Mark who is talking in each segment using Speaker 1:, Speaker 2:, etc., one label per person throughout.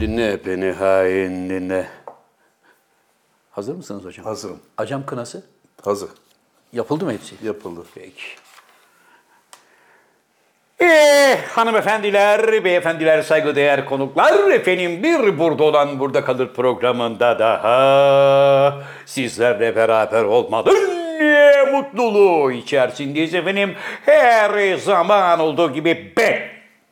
Speaker 1: Dinle beni hain dinle. Hazır mısınız hocam?
Speaker 2: Hazırım.
Speaker 1: Acam kınası
Speaker 2: Hazır.
Speaker 1: yapıldı mı hepsi?
Speaker 2: Yapıldı.
Speaker 1: Peki.
Speaker 3: Eh, hanımefendiler, beyefendiler, saygıdeğer konuklar, efendim bir burada olan burada kalır programında daha sizlerle beraber olmanın ne mutluluğu içerisindeyiz efendim. Her zaman olduğu gibi ben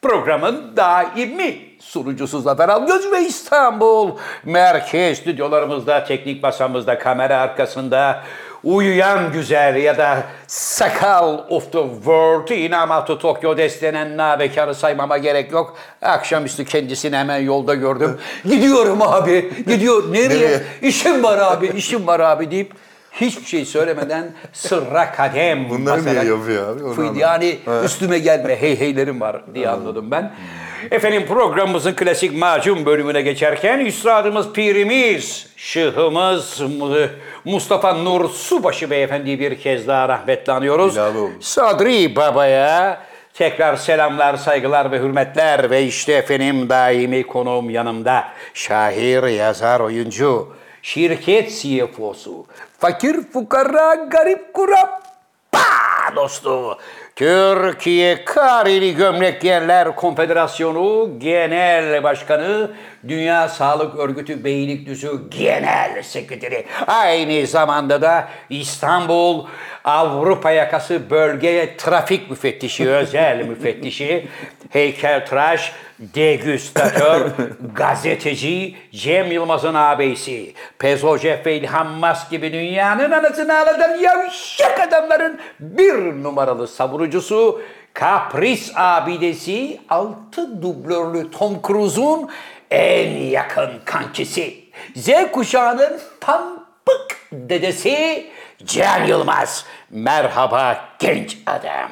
Speaker 3: programın daimi sunucusu Zafer Algöz ve İstanbul merkez stüdyolarımızda, teknik masamızda, kamera arkasında uyuyan güzel ya da sakal of the world Inamatu Tokyo destenen nabekarı saymama gerek yok. Akşamüstü kendisini hemen yolda gördüm. Gidiyorum abi, gidiyor. Nereye?
Speaker 2: Nereye?
Speaker 1: İşim var abi, işim var abi deyip hiçbir şey söylemeden sırra kadem
Speaker 2: Bunları niye
Speaker 1: basarak-
Speaker 2: yapıyor abi? Onu
Speaker 1: Fıydı.
Speaker 2: anlamadım.
Speaker 1: Yani üstüme gelme hey heylerim var diye anladım ben.
Speaker 3: Efendim programımızın klasik macun bölümüne geçerken üstadımız, pirimiz, şıhımız Mu- Mustafa Nur Subaşı Beyefendi'yi bir kez daha rahmetle anıyoruz.
Speaker 2: İlave olmuş.
Speaker 3: Sadri Baba'ya tekrar selamlar, saygılar ve hürmetler ve işte efendim daimi konuğum yanımda şair, yazar, oyuncu, şirket CFO'su, fakir, fukara, garip, kurabba dostu, Türkiye Kareli Gömlek Giyenler Konfederasyonu Genel Başkanı, Dünya Sağlık Örgütü Beylikdüzü Genel Sekreteri. Aynı zamanda da İstanbul Avrupa Yakası Bölge Trafik Müfettişi, Özel Müfettişi, heykeltıraş, degüstatör, gazeteci, Cem Yılmaz'ın ağabeyisi, Pezojef ve İlhan Mas gibi dünyanın anasını ağlatan yavşak adamların bir numaralı savurucusu, kapris abidesi, altı dublörlü Tom Cruise'un en yakın kankisi, Z kuşağının pampık dedesi Cem Yılmaz. Merhaba genç adam.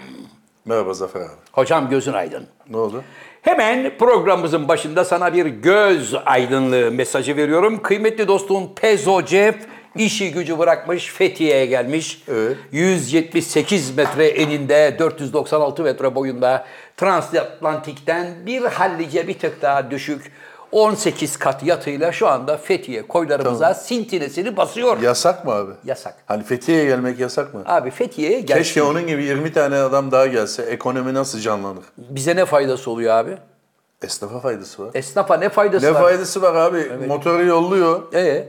Speaker 2: Merhaba Zafer abi.
Speaker 3: Hocam gözün aydın.
Speaker 2: Ne oldu?
Speaker 3: Hemen programımızın başında sana bir göz aydınlığı mesajı veriyorum. Kıymetli dostum Pezo Cef işi gücü bırakmış Fethiye'ye gelmiş.
Speaker 2: Evet.
Speaker 3: 178 metre eninde 496 metre boyunda transatlantikten bir hallice bir tık daha düşük 18 kat yatıyla şu anda Fethiye koylarımıza sintinesini basıyor.
Speaker 2: Yasak mı abi?
Speaker 3: Yasak.
Speaker 2: Hani Fethiye'ye gelmek yasak mı?
Speaker 3: Abi Fethiye'ye gel.
Speaker 2: Keşke onun gibi 20 tane adam daha gelse ekonomi nasıl canlanır?
Speaker 3: Bize ne faydası oluyor abi?
Speaker 2: Esnafa faydası var.
Speaker 3: Esnafa ne faydası
Speaker 2: ne
Speaker 3: var?
Speaker 2: faydası var abi? Motoru yolluyor.
Speaker 3: Ee,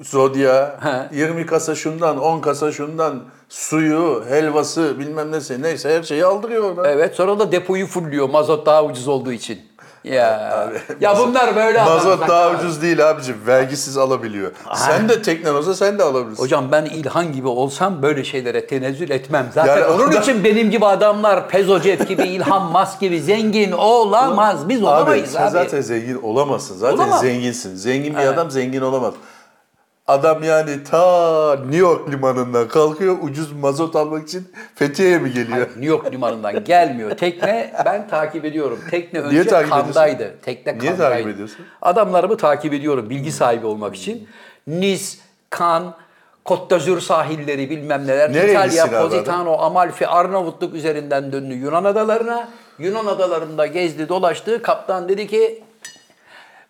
Speaker 2: Zodya.
Speaker 3: Ha.
Speaker 2: 20 kasa şundan, 10 kasa şundan. Suyu, helvası bilmem nesi neyse her şeyi aldırıyor orada.
Speaker 3: Evet sonra da depoyu fulluyor mazot daha ucuz olduğu için. Ya ya bunlar böyle
Speaker 2: Mazot
Speaker 3: adamlar.
Speaker 2: daha ucuz değil abicim. Vergisiz alabiliyor. Sen de teknen olsa sen de alabilirsin.
Speaker 3: Hocam ben İlhan gibi olsam böyle şeylere tenezzül etmem. Zaten
Speaker 2: Yani
Speaker 3: onun
Speaker 2: ondan-
Speaker 3: için benim gibi adamlar Pezocet gibi, İlhan Mas gibi zengin olamaz. Biz
Speaker 2: Abi
Speaker 3: olamayız
Speaker 2: sen
Speaker 3: abi.
Speaker 2: zaten zengin olamazsın. Zaten
Speaker 3: Olamam.
Speaker 2: zenginsin. Zengin bir adam zengin olamaz. Adam yani ta New York limanından kalkıyor ucuz mazot almak için Fethiye'ye mi geliyor?
Speaker 3: New York limanından gelmiyor. Tekne ben takip ediyorum. Tekne önce
Speaker 2: takip ediyorsun?
Speaker 3: kandaydı. Tekne
Speaker 2: Niye
Speaker 3: kandaydı.
Speaker 2: takip ediyorsun?
Speaker 3: Adamlarımı takip ediyorum bilgi sahibi olmak için. Nice, Cannes, Côte d'Azur sahilleri bilmem neler.
Speaker 2: Nereye gitsin abi
Speaker 3: İtalya,
Speaker 2: adam?
Speaker 3: Positano, Amalfi, Arnavutluk üzerinden döndü Yunan adalarına. Yunan adalarında gezdi dolaştı. Kaptan dedi ki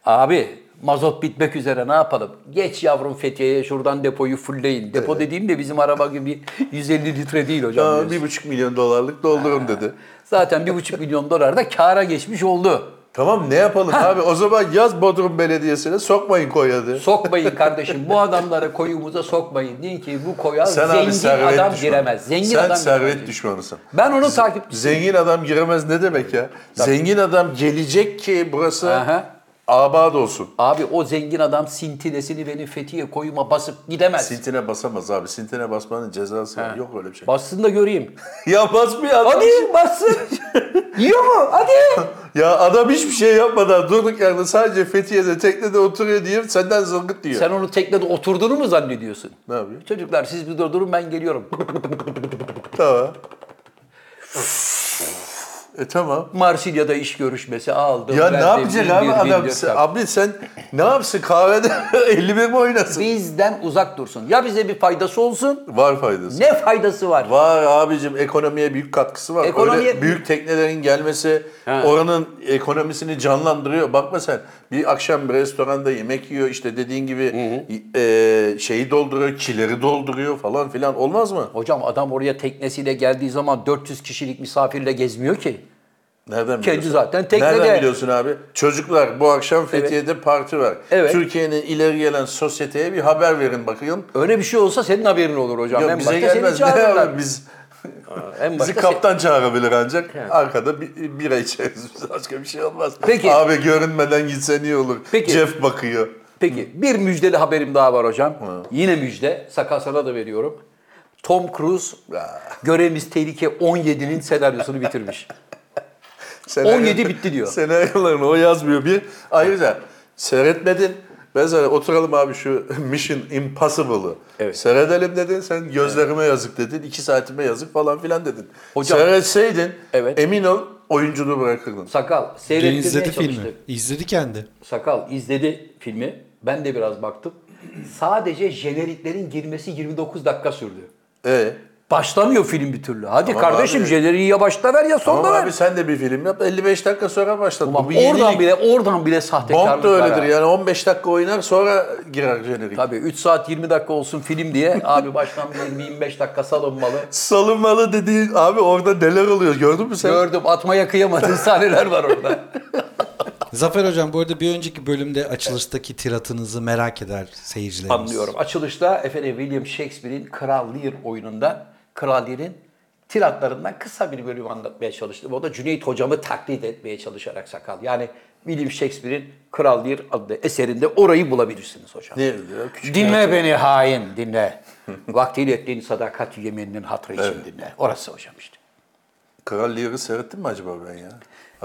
Speaker 3: Abi mazot bitmek üzere ne yapalım? Geç yavrum Fethiye'ye şuradan depoyu fullleyin. Depo dediğim de bizim araba gibi 150 litre değil hocam.
Speaker 2: Aa,
Speaker 3: biliyorsun.
Speaker 2: bir buçuk milyon dolarlık doldurun dedi.
Speaker 3: Zaten bir buçuk milyon dolar da kâra geçmiş oldu.
Speaker 2: Tamam ne yapalım abi o zaman yaz Bodrum Belediyesi'ne sokmayın Konya'da.
Speaker 3: Sokmayın kardeşim bu adamları koyumuza sokmayın. Deyin ki bu koya
Speaker 2: Sen abi
Speaker 3: zengin
Speaker 2: servet
Speaker 3: adam
Speaker 2: düşmanı.
Speaker 3: giremez. Zengin
Speaker 2: Sen
Speaker 3: adam
Speaker 2: servet
Speaker 3: giremez.
Speaker 2: düşmanısın.
Speaker 3: Ben onu takip
Speaker 2: Zengin adam giremez ne demek ya? Zengin adam gelecek ki burası
Speaker 3: Aha.
Speaker 2: abad olsun.
Speaker 3: Abi o zengin adam sintinesini benim Fethiye koyuma basıp gidemez.
Speaker 2: Sintine basamaz abi. Sintine basmanın cezası var. Yok öyle bir şey.
Speaker 3: Bassın da göreyim.
Speaker 2: Ya basmıyor adam.
Speaker 3: Hadi bassın. Yiyor mu? Hadi.
Speaker 2: Ya adam hiçbir şey yapmadan durduk yerde sadece Fethiye'de teknede oturuyor diye senden zılgıt diyor.
Speaker 3: Sen onu teknede oturduğunu mu zannediyorsun?
Speaker 2: Ne yapıyor?
Speaker 3: Çocuklar siz bir durdurun ben geliyorum.
Speaker 2: Tamam. E tamam.
Speaker 3: Marsilya'da iş görüşmesi aldım.
Speaker 2: Ya
Speaker 3: verdim,
Speaker 2: ne yapacak
Speaker 3: bin
Speaker 2: abi
Speaker 3: bir, bin
Speaker 2: adam?
Speaker 3: dört
Speaker 2: Sen-
Speaker 3: tak-
Speaker 2: abi sen ne yapsın kahvede 51 mi oynasın?
Speaker 3: Bizden uzak dursun. Ya bize bir faydası olsun.
Speaker 2: Var faydası.
Speaker 3: Ne faydası var?
Speaker 2: Var abicim ekonomiye büyük katkısı var.
Speaker 3: Ekonomiye-
Speaker 2: Öyle büyük teknelerin gelmesi oranın ekonomisini canlandırıyor. Bakma sen bir akşam bir restoranda yemek yiyor işte dediğin gibi e, şeyi dolduruyor, kileri dolduruyor falan filan olmaz mı?
Speaker 3: Hocam adam oraya teknesiyle geldiği zaman 400 kişilik misafirle gezmiyor ki.
Speaker 2: Nereden
Speaker 3: Kendi
Speaker 2: biliyorsun?
Speaker 3: zaten teknede.
Speaker 2: Nereden biliyorsun abi? Çocuklar bu akşam Fethiye'de parti var.
Speaker 3: Evet.
Speaker 2: Türkiye'nin ileri gelen sosyeteye bir haber verin bakayım.
Speaker 3: Öyle bir şey olsa senin haberin olur hocam.
Speaker 2: Yok,
Speaker 3: en
Speaker 2: bize
Speaker 3: başta seni
Speaker 2: gelmez. Ne
Speaker 3: çağırırlar.
Speaker 2: abi biz
Speaker 3: En
Speaker 2: Bizi
Speaker 3: başta se-
Speaker 2: kaptan çağırabilir ancak. Arkada bir, bira içeriz. Biz başka bir şey olmaz.
Speaker 3: Peki.
Speaker 2: Abi görünmeden gitsen iyi olur.
Speaker 3: Peki.
Speaker 2: Jeff bakıyor.
Speaker 3: Peki bir müjdeli haberim daha var hocam. Yine müjde. Sakal sana da veriyorum. Tom Cruise Görevimiz Tehlike 17'nin senaryosunu bitirmiş.
Speaker 2: Senaryo-
Speaker 3: 17 bitti diyor.
Speaker 2: Senaryolarını o yazmıyor bir. Ayrıca seyretmedin. Ben sana oturalım abi şu Mission Impossible'ı.
Speaker 3: Evet.
Speaker 2: Seyredelim dedin. Sen gözlerime yazık dedin. iki saatime yazık falan filan dedin.
Speaker 3: Hocam-
Speaker 2: Seyretseydin
Speaker 3: Evet.
Speaker 2: emin ol oyunculuğu bırakırdın.
Speaker 3: Sakal
Speaker 4: Dün
Speaker 3: seyrettirmeye
Speaker 4: izledi
Speaker 3: çalıştı.
Speaker 4: filmi. İzledi kendi.
Speaker 3: Sakal izledi filmi. Ben de biraz baktım. Sadece jeneriklerin girmesi 29 dakika sürdü.
Speaker 2: Ee,
Speaker 3: Başlamıyor film bir türlü. Hadi
Speaker 2: Tamam
Speaker 3: kardeşim
Speaker 2: abi.
Speaker 3: jeneriği ya başta ver ya sonda
Speaker 2: ama
Speaker 3: ver.
Speaker 2: abi sen de bir film yap. 55 dakika sonra başlat.
Speaker 3: Ulan
Speaker 2: Bu bir
Speaker 3: oradan
Speaker 2: yenilik.
Speaker 3: bile oradan bile
Speaker 2: Bond
Speaker 3: sahtekarlık
Speaker 2: da
Speaker 3: var
Speaker 2: öyledir
Speaker 3: ha.
Speaker 2: yani 15 dakika oynar sonra girer jenerik.
Speaker 3: Tabii 3 saat 20 dakika olsun film diye abi baştan 20-25 dakika salınmalı.
Speaker 2: Salınmalı dediğin abi orada neler oluyor gördün mü sen?
Speaker 3: Gördüm atmaya kıyamadığın sahneler var orada.
Speaker 4: Zafer Hocam bu arada bir önceki bölümde açılıştaki tiratınızı merak eder seyircilerimiz.
Speaker 3: Anlıyorum. Açılışta efendim William Shakespeare'in Kral Lear oyunundan Kral Lear'in tiratlarından kısa bir bölüm anlatmaya çalıştım. O da Cüneyt Hocam'ı taklit etmeye çalışarak sakal. Yani William Shakespeare'in Kral Lear adlı eserinde orayı bulabilirsiniz hocam.
Speaker 2: Ne diyor? Küçük
Speaker 3: dinle beni hain dinle. Vaktiyle ettiğin sadakat yemininin hatrı için dinle. Orası hocam işte.
Speaker 2: Kral Lear'ı seyrettin mi acaba ben ya?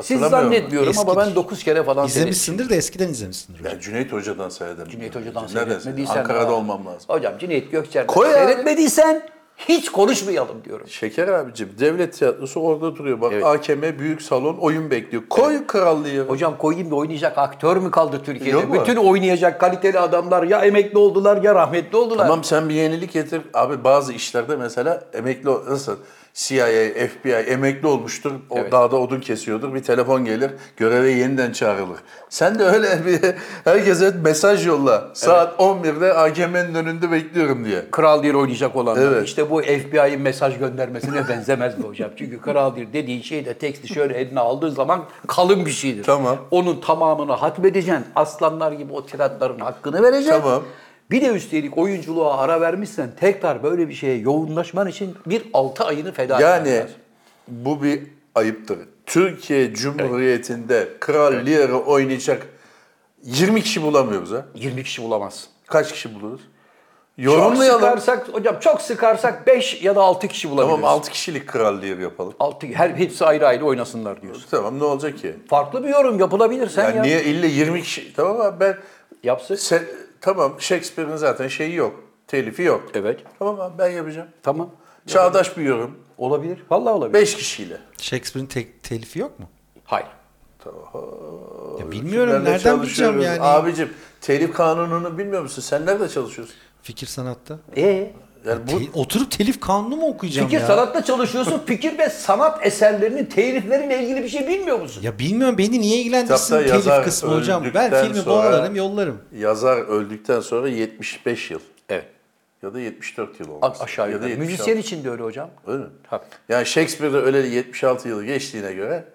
Speaker 3: Siz
Speaker 2: Hatırlamıyorum
Speaker 3: zannetmiyorum ama
Speaker 4: Eskidir.
Speaker 3: ben 9 kere falan seyrettim.
Speaker 4: İzlemişsindir de eskiden izlemişsindir.
Speaker 2: ben. Ya Cüneyt Hoca'dan seyredim.
Speaker 3: Cüneyt Hoca'dan
Speaker 2: Nereden
Speaker 3: seyretmediysen...
Speaker 2: Ankara'da olmam lazım.
Speaker 3: Hocam Cüneyt Gökçer'den
Speaker 2: Koy ya.
Speaker 3: seyretmediysen hiç konuşmayalım diyorum.
Speaker 2: Şeker abicim devlet tiyatrosu orada duruyor. Bak AKM büyük salon oyun bekliyor. Koy Kral Lear'ı.
Speaker 3: Hocam koyayım da oynayacak aktör mü kaldı Türkiye'de?
Speaker 2: Yok mu?
Speaker 3: Bütün oynayacak kaliteli adamlar ya emekli oldular ya rahmetli oldular.
Speaker 2: Tamam sen bir yenilik getir. Abi bazı işlerde mesela emekli ol- nasıl CIA, FBI emekli olmuştur. O dağda odun kesiyordur. Bir telefon gelir. Göreve yeniden çağrılır. Sen de öyle bir herkese mesaj yolla. Saat 11'de AKM'nin önünde bekliyorum diye.
Speaker 3: Kral Dir oynayacak olanlar.
Speaker 2: Evet.
Speaker 3: İşte bu FBI'nin mesaj göndermesine benzemez mi hocam? Çünkü Kral Dir dediğin şey de teksti şöyle eline aldığın zaman kalın bir şeydir.
Speaker 2: Tamam.
Speaker 3: Onun tamamını hatmedeceksin. Aslanlar gibi o tiratların hakkını vereceksin.
Speaker 2: Tamam.
Speaker 3: Bir de üstelik oyunculuğa ara vermişsen tekrar böyle bir şeye yoğunlaşman için bir 6 ayını feda etmen
Speaker 2: Yani
Speaker 3: lazım.
Speaker 2: bu bir ayıptır. Türkiye Cumhuriyeti'nde Kral Lear'ı oynayacak 20 kişi bulamıyoruz ha.
Speaker 3: 20 kişi bulamazsın.
Speaker 2: Kaç kişi buluruz?
Speaker 3: Çok
Speaker 2: Yorumlayalım.
Speaker 3: sıkarsak hocam çok sıkarsak 5 ya da 6 kişi bulabiliriz.
Speaker 2: Tamam 6 kişilik Kral Lear yapalım.
Speaker 3: Altı, her hepsi ayrı ayrı oynasınlar diyorsun.
Speaker 2: Tamam ne olacak ki?
Speaker 3: Farklı bir yorum yapılabilir sen
Speaker 2: Yani
Speaker 3: ya.
Speaker 2: niye ille 20 kişi? Tamam abi ben
Speaker 3: Yapsın.
Speaker 2: sen, tamam Shakespeare'in zaten şeyi yok. Telifi yok.
Speaker 3: Evet.
Speaker 2: Tamam abi ben yapacağım.
Speaker 3: Tamam.
Speaker 2: Çağdaş bir yorum.
Speaker 3: Olabilir. Vallahi olabilir.
Speaker 2: 5 kişiyle.
Speaker 4: Shakespeare'in tek telifi yok mu?
Speaker 3: Hayır.
Speaker 4: Ya bilmiyorum
Speaker 2: Nerede
Speaker 4: nereden bileceğim
Speaker 2: Ee, çalışıyoruz?
Speaker 4: yani.
Speaker 2: Abicim telif kanununu bilmiyor musun? Sen nerede çalışıyorsun?
Speaker 4: Fikir sanatta.
Speaker 3: E
Speaker 2: Yani bu
Speaker 4: Te- oturup telif kanunu mu okuyacağım
Speaker 3: fikir
Speaker 4: ya?
Speaker 3: sanatta çalışıyorsun. fikir ve sanat eserlerinin telifleriyle ilgili bir şey bilmiyor musun?
Speaker 4: Ya bilmiyorum beni niye ilgilendirsin
Speaker 2: Kitapta
Speaker 4: telif
Speaker 2: yazar
Speaker 4: kısmı hocam.
Speaker 2: öldükten
Speaker 4: Ben filmi
Speaker 2: sonra-
Speaker 4: bağlarım yollarım.
Speaker 2: yazar öldükten sonra 75 yıl
Speaker 3: Evet.
Speaker 2: ya da 74 yıl olmuş.
Speaker 3: A- aşağı yukarı. Müzisyen için de öyle hocam.
Speaker 2: Öyle mi?
Speaker 3: Tabii.
Speaker 2: Yani Shakespeare'de öleli 76 yılı geçtiğine göre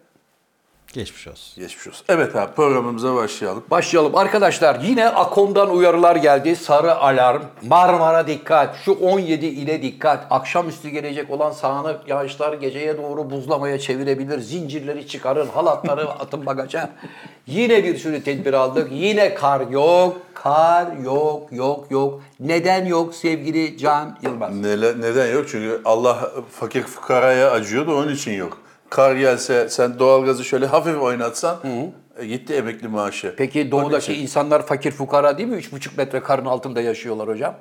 Speaker 4: Geçmiş olsun.
Speaker 2: geçmiş olsun. Evet abi programımıza başlayalım.
Speaker 3: Başlayalım. Arkadaşlar yine Akon'dan uyarılar geldi. Sarı alarm. Marmara dikkat. Şu 17 ile dikkat. Akşamüstü gelecek olan sağanak yağışlar geceye doğru buzlamaya çevirebilir. Zincirleri çıkarın. Halatları atın bagaja. Yine bir sürü tedbir aldık. Yine kar yok. Kar yok yok yok. Neden yok sevgili Can Yılmaz?
Speaker 2: Neler, neden yok? Çünkü Allah fakir fukaraya acıyor da onun için yok. Kar gelse sen doğalgazı şöyle hafif oynatsan e, gitti emekli maaşı.
Speaker 3: Peki doğudaki insanlar fakir fukara değil mi? 3,5 metre karın altında yaşıyorlar hocam.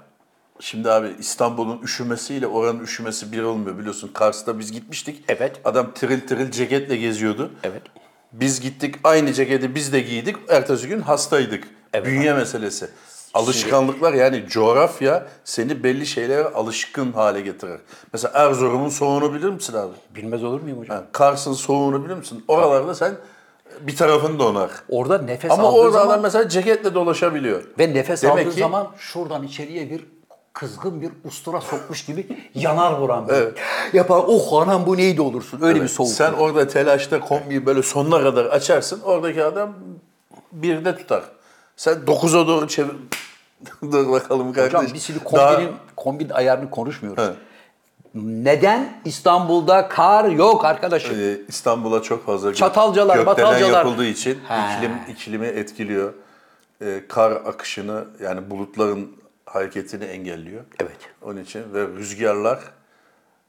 Speaker 2: Şimdi abi İstanbul'un üşümesiyle oranın üşümesi bir olmuyor biliyorsun. Kars'ta biz gitmiştik.
Speaker 3: Evet.
Speaker 2: Adam tiril tiril ceketle geziyordu.
Speaker 3: Evet.
Speaker 2: Biz gittik aynı ceketi biz de giydik. Ertesi gün hastaydık. Bünye meselesi. Alışkanlıklar yani coğrafya seni belli şeylere alışkın hale getirir. Mesela Erzurum'un soğuğunu bilir misin abi?
Speaker 3: Bilmez olur muyum hocam?
Speaker 2: Ha, Kars'ın soğuğunu bilir misin? Oralarda sen bir tarafın donar.
Speaker 3: Orada nefes
Speaker 2: Ama
Speaker 3: aldığı
Speaker 2: orada
Speaker 3: zaman
Speaker 2: adam mesela ceketle dolaşabiliyor.
Speaker 3: ve nefes
Speaker 2: Demek
Speaker 3: aldığı
Speaker 2: ki-
Speaker 3: zaman şuradan içeriye bir kızgın bir ustura sokmuş gibi yanar vuran böyle. Yapar oh anam bu neydi olursun öyle bir soğuk.
Speaker 2: Sen orada telaşta kombiyi böyle sonuna kadar açarsın. Oradaki adam birde tutar. Sen 9'a doğru çevir. Dur bakalım kardeş.
Speaker 3: Hocam biz şimdi
Speaker 2: Daha-
Speaker 3: kombinin, kombin ayarını konuşmuyoruz.
Speaker 2: He.
Speaker 3: Neden İstanbul'da kar yok arkadaşım?
Speaker 2: Ee, İstanbul'a çok fazla gö-
Speaker 3: Çatalcalar,
Speaker 2: gökdelen
Speaker 3: batalcalar.
Speaker 2: yapıldığı için
Speaker 3: He.
Speaker 2: iklim iklimi etkiliyor. Ee, kar akışını yani bulutların hareketini engelliyor.
Speaker 3: Evet.
Speaker 2: Onun için ve rüzgarlar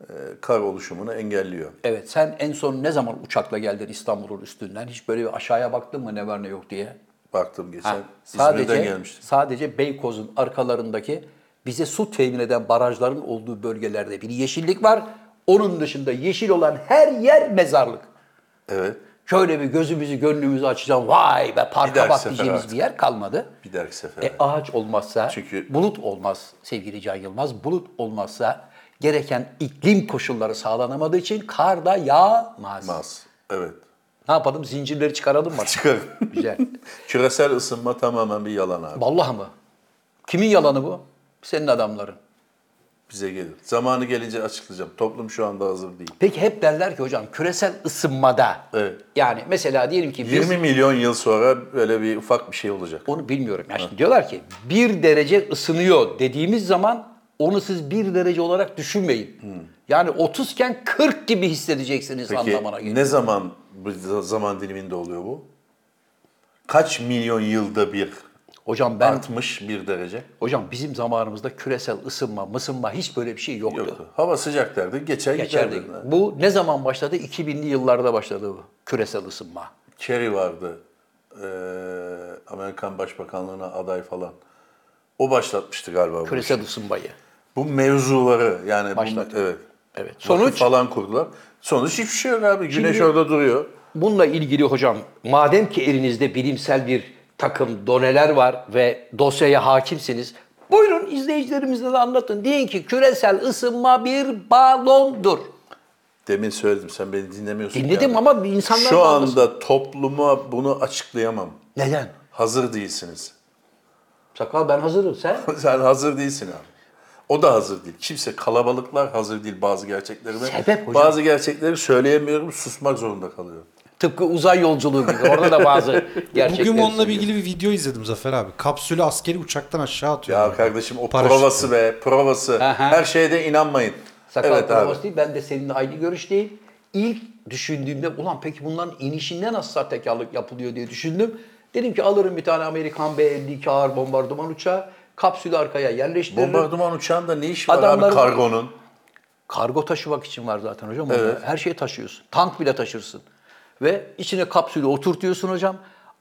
Speaker 2: e, kar oluşumunu engelliyor.
Speaker 3: Evet sen en son ne zaman uçakla geldin İstanbul'un üstünden? Hiç böyle bir aşağıya baktın mı ne var ne yok diye?
Speaker 2: Baktım geçen
Speaker 3: Ha,
Speaker 2: İzmir'den
Speaker 3: sadece
Speaker 2: gelmiştim.
Speaker 3: sadece Beykoz'un arkalarındaki bize su temin eden barajların olduğu bölgelerde bir yeşillik var. Onun dışında yeşil olan her yer mezarlık.
Speaker 2: Evet.
Speaker 3: Şöyle bir gözümüzü gönlümüzü açacağım. Vay be
Speaker 2: Bir dahaki
Speaker 3: parka bak
Speaker 2: sefer
Speaker 3: diyeceğimiz
Speaker 2: artık.
Speaker 3: bir yer kalmadı.
Speaker 2: Bir dahaki sefere.
Speaker 3: E, ağaç olmazsa,
Speaker 2: Çünkü-
Speaker 3: bulut olmaz sevgili Can Yılmaz. Bulut olmazsa gereken iklim koşulları sağlanamadığı için kar da yağmaz.
Speaker 2: Mas. Evet.
Speaker 3: Ne yapalım? Zincirleri çıkaralım mı?
Speaker 2: Çıkar.
Speaker 3: Güzel.
Speaker 2: Küresel ısınma tamamen bir yalan abi.
Speaker 3: Vallahi mı? Kimin yalanı bu? Senin adamların.
Speaker 2: Bize gelir. Zamanı gelince açıklayacağım. Toplum şu anda hazır değil.
Speaker 3: Peki hep derler ki hocam küresel ısınmada. e,
Speaker 2: Evet.
Speaker 3: Yani mesela diyelim ki biz
Speaker 2: 20 milyon yıl sonra böyle bir ufak bir şey olacak.
Speaker 3: onu bilmiyorum. Yani şimdi diyorlar ki bir derece ısınıyor dediğimiz zaman onu siz bir derece olarak düşünmeyin. Yani 30 iken 40 gibi hissedeceksiniz
Speaker 2: Peki
Speaker 3: anlamına geliyor.
Speaker 2: ne zaman bu za- zaman diliminde oluyor bu? Kaç milyon yılda bir
Speaker 3: Hocam ben
Speaker 2: artmış bir derece?
Speaker 3: hocam bizim zamanımızda küresel ısınma, mısınma hiç böyle bir şey yoktu.
Speaker 2: Yoktu. Hava sıcak derdi, geçer
Speaker 3: Geçerdi.
Speaker 2: giderdi.
Speaker 3: Bu ne zaman başladı? 2000'li yıllarda başladı bu küresel ısınma.
Speaker 2: Kerry vardı. Ee, Amerikan Başbakanlığına aday falan. O başlatmıştı galiba bu
Speaker 3: Küresel ısınmayı.
Speaker 2: Bu mevzuları yani
Speaker 3: Başlattı.
Speaker 2: bu, evet.
Speaker 3: Evet.
Speaker 2: Sonuç
Speaker 3: Sonuç?
Speaker 2: falan kurdular. Sonuç hiçbir şey yok abi. Güneş orada duruyor.
Speaker 3: Bununla ilgili hocam, madem ki elinizde bilimsel bir takım doneler var ve dosyaya hakimsiniz, buyurun izleyicilerimize de anlatın. Deyin ki küresel ısınma bir balondur.
Speaker 2: Demin söyledim sen beni dinlemiyorsun.
Speaker 3: Dinledim
Speaker 2: yani.
Speaker 3: ama insanlar
Speaker 2: Şu
Speaker 3: da
Speaker 2: anda
Speaker 3: anlasın.
Speaker 2: topluma bunu açıklayamam.
Speaker 3: Neden?
Speaker 2: Hazır değilsiniz.
Speaker 3: Sakal ben hazırım sen.
Speaker 2: sen hazır değilsin abi. O da hazır değil. Kimse kalabalıklar hazır değil bazı gerçeklerime.
Speaker 3: Sebep hocam.
Speaker 2: Bazı gerçekleri söyleyemiyorum, susmak zorunda kalıyor.
Speaker 3: Tıpkı uzay yolculuğu gibi. Orada da bazı gerçekler.
Speaker 4: Bugün onunla
Speaker 3: söylüyor.
Speaker 4: ilgili bir video izledim Zafer abi. Kapsülü askeri uçaktan aşağı atıyor.
Speaker 2: Ya kardeşim o
Speaker 4: Paraşütle.
Speaker 2: provası be, provası.
Speaker 3: Aha.
Speaker 2: Her şeye de inanmayın.
Speaker 3: Sakal
Speaker 2: evet abi.
Speaker 3: provası değil. Ben de seninle aynı görüşteyim. İlk düşündüğümde ulan peki bunların inişinde nasıl sahtekarlık yapılıyor diye düşündüm. Dedim ki alırım bir tane Amerikan B-52 ağır bombardıman uçağı. Kapsülü arkaya yerleştiririm.
Speaker 2: Bombardıman uçağında ne iş var
Speaker 3: Adamların-
Speaker 2: abi kargonun?
Speaker 3: Kargo taşımak için var zaten hocam. onlar. Her şeyi taşıyorsun. Tank bile taşırsın. Ve içine kapsülü oturtuyorsun hocam.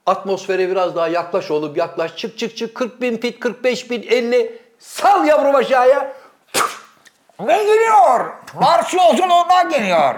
Speaker 3: Atmosfere biraz daha yaklaş oğlum yaklaş. Çık çık çık 40 bin fit 45 bin 50. Sal yavrum aşağıya. Ve geliyor. Mars yolculuğundan geliyor.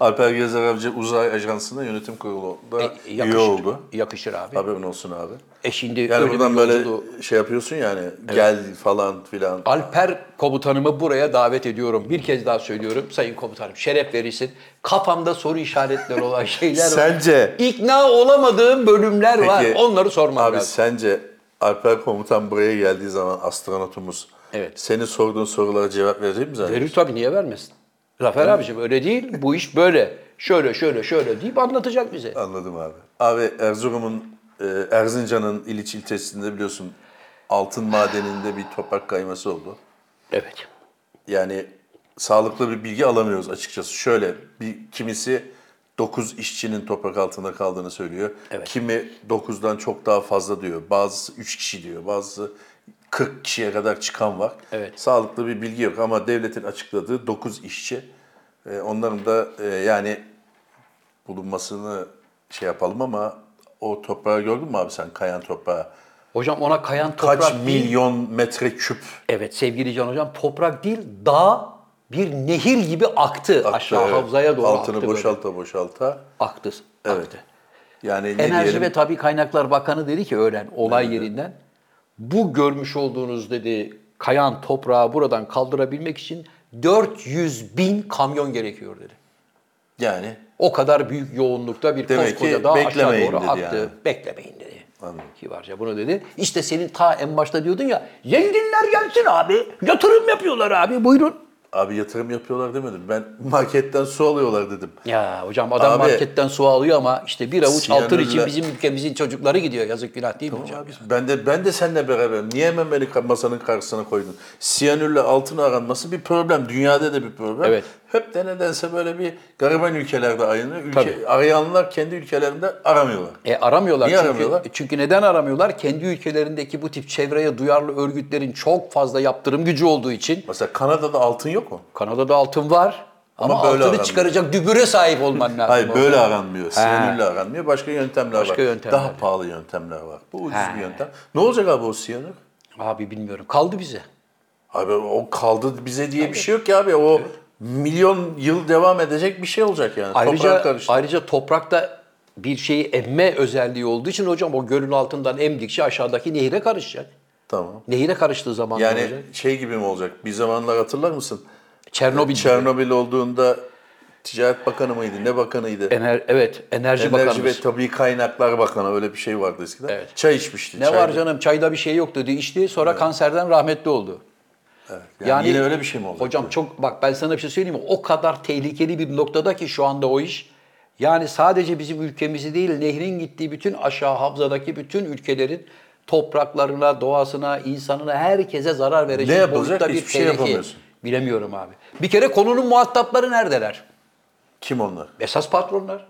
Speaker 2: Alper Gezer Avcı Uzay Ajansı'nda yönetim kurulunda
Speaker 3: E,
Speaker 2: üye E, oldu.
Speaker 3: Yakışır abi.
Speaker 2: Haberin olsun abi.
Speaker 3: E şimdi
Speaker 2: Yani
Speaker 3: öyle
Speaker 2: buradan
Speaker 3: bir
Speaker 2: böyle
Speaker 3: yolculuğu-
Speaker 2: şey yapıyorsun yani gel falan filan.
Speaker 3: Alper komutanımı buraya davet ediyorum. Bir kez daha söylüyorum. Sayın komutanım şeref verirsin. Kafamda soru işaretleri olan şeyler var.
Speaker 2: Sence
Speaker 3: İkna olamadığım bölümler var.
Speaker 2: Peki,
Speaker 3: Onları sormam
Speaker 2: abi
Speaker 3: lazım.
Speaker 2: sence Alper komutan buraya geldiği zaman astronotumuz
Speaker 3: Evet.
Speaker 2: senin sorduğun sorulara cevap verecek mi zaten?
Speaker 3: Verir tabii niye vermesin? Zafer abicim öyle değil. Bu iş böyle. Şöyle şöyle şöyle deyip anlatacak bize.
Speaker 2: Anladım abi. Abi Erzurum'un e, Erzincan'ın İliç ilçesinde biliyorsun altın madeninde bir toprak kayması oldu.
Speaker 3: Evet.
Speaker 2: Yani sağlıklı bir bilgi alamıyoruz açıkçası. Şöyle bir kimisi 9 işçinin toprak altında kaldığını söylüyor. Kimi 9'dan çok daha fazla diyor. Bazısı 3 kişi diyor. Bazısı 40 kişiye kadar çıkan var.
Speaker 3: Evet.
Speaker 2: Sağlıklı bir bilgi yok ama devletin açıkladığı 9 işçi. Ee, Onların da e, yani bulunmasını şey yapalım ama o toprağı gördün mü abi sen kayan toprağı?
Speaker 3: Hocam ona kayan toprak
Speaker 2: Kaç
Speaker 3: değil.
Speaker 2: milyon metreküp
Speaker 3: Evet sevgili Can Hocam toprak değil dağ bir nehir gibi aktı,
Speaker 2: aktı,
Speaker 3: aşağı
Speaker 2: evet.
Speaker 3: havzaya doğru
Speaker 2: e, Altını
Speaker 3: aktı. böyle.
Speaker 2: boşalta boşalta.
Speaker 3: Aktı.
Speaker 2: Evet.
Speaker 3: aktı.
Speaker 2: Yani ne
Speaker 3: Enerji
Speaker 2: diyelim?
Speaker 3: ve Tabi Kaynaklar Bakanı dedi ki öğlen olay yerinden bu görmüş olduğunuz dedi kayan toprağı buradan kaldırabilmek için 400 bin kamyon gerekiyor dedi.
Speaker 2: yani
Speaker 3: O kadar büyük yoğunlukta bir
Speaker 2: Demek
Speaker 3: koskoca
Speaker 2: ki
Speaker 3: dağ aşağı
Speaker 2: beklemeyin
Speaker 3: doğru
Speaker 2: dedi
Speaker 3: aktı.
Speaker 2: yani.
Speaker 3: Beklemeyin dedi. Kibarca bunu dedi. İşte senin ta en başta diyordun ya zenginler gelsin abi. Yatırım yapıyorlar abi buyurun.
Speaker 2: abi yatırım yapıyorlar demedim. Ben marketten su alıyorlar dedim.
Speaker 3: Ya hocam adam
Speaker 2: Abi-
Speaker 3: marketten su alıyor ama işte bir avuç altın için
Speaker 2: Siyanürle-
Speaker 3: bizim ülkemizin çocukları gidiyor. Yazık günah değil mi hocam?
Speaker 2: Abi, ben de ben de seninle beraber niye hemen beni ka- masanın karşısına koydun? Siyanürle altın aranması bir problem. Dünyada da bir problem.
Speaker 3: Evet.
Speaker 2: Hep de nedense böyle bir gariban ülkelerde aynı.
Speaker 3: Tabii.
Speaker 2: Ülke, arayanlar kendi ülkelerinde aramıyorlar.
Speaker 3: E aramıyorlar.
Speaker 2: Niye
Speaker 3: çünkü,
Speaker 2: aramıyorlar?
Speaker 3: Çünkü neden aramıyorlar? Kendi ülkelerindeki bu tip çevreye duyarlı örgütlerin çok fazla yaptırım gücü olduğu için
Speaker 2: Mesela Kanada'da altın yok mu?
Speaker 3: Kanada'da altın var ama,
Speaker 2: Ama böyle
Speaker 3: altını
Speaker 2: aranmıyor.
Speaker 3: çıkaracak dübüre sahip olman lazım.
Speaker 2: Hayır
Speaker 3: orada.
Speaker 2: böyle aranmıyor. Siyanürle aranmıyor. Başka yöntemler
Speaker 3: Başka
Speaker 2: var.
Speaker 3: yöntemler.
Speaker 2: Daha pahalı yöntemler var. Bu ucuz
Speaker 3: Ha.
Speaker 2: bir yöntem. Ne olacak abi o siyanür?
Speaker 3: Abi bilmiyorum. Kaldı bize.
Speaker 2: Abi o kaldı bize diye bir şey yok ya abi. O milyon yıl devam edecek bir şey olacak yani. Toprağa
Speaker 3: Ayrıca
Speaker 2: karıştı.
Speaker 3: ayrıca toprakta bir şeyi emme özelliği olduğu için hocam o gölün altından emdikçe aşağıdaki nehire karışacak.
Speaker 2: Tamam.
Speaker 3: Nehire karıştığı zaman ne
Speaker 2: Yani
Speaker 3: olacak?
Speaker 2: şey gibi mi olacak? Bir zamanlar hatırlar mısın?
Speaker 3: Çernobil. gibi.
Speaker 2: Çernobil olduğunda Ticaret Bakanı mıydı? Ne bakanıydı?
Speaker 3: Ener- evet, enerji,
Speaker 2: Enerji
Speaker 3: bakanımız.
Speaker 2: ve Tabii Kaynaklar Bakanı öyle bir şey vardı eskiden.
Speaker 3: Evet.
Speaker 2: Çay içmişti.
Speaker 3: Ne
Speaker 2: çay-
Speaker 3: var canım çayda bir şey yok dedi içti sonra kanserden rahmetli oldu.
Speaker 2: Yani, yine öyle bir şey mi olacak?
Speaker 3: Hocam çok bak ben sana bir şey söyleyeyim mi? O kadar tehlikeli bir noktada ki şu anda o iş. Yani sadece bizim ülkemizi değil nehrin gittiği bütün aşağı havzadaki bütün ülkelerin topraklarına, doğasına, insanına, herkese zarar verecek
Speaker 2: Ne yapılacak?
Speaker 3: boyutta bir
Speaker 2: Hiçbir şey
Speaker 3: tehlike.
Speaker 2: yapamıyorsun.
Speaker 3: Bilemiyorum abi. Bir kere konunun muhatapları neredeler?
Speaker 2: Kim onlar?
Speaker 3: Esas patronlar.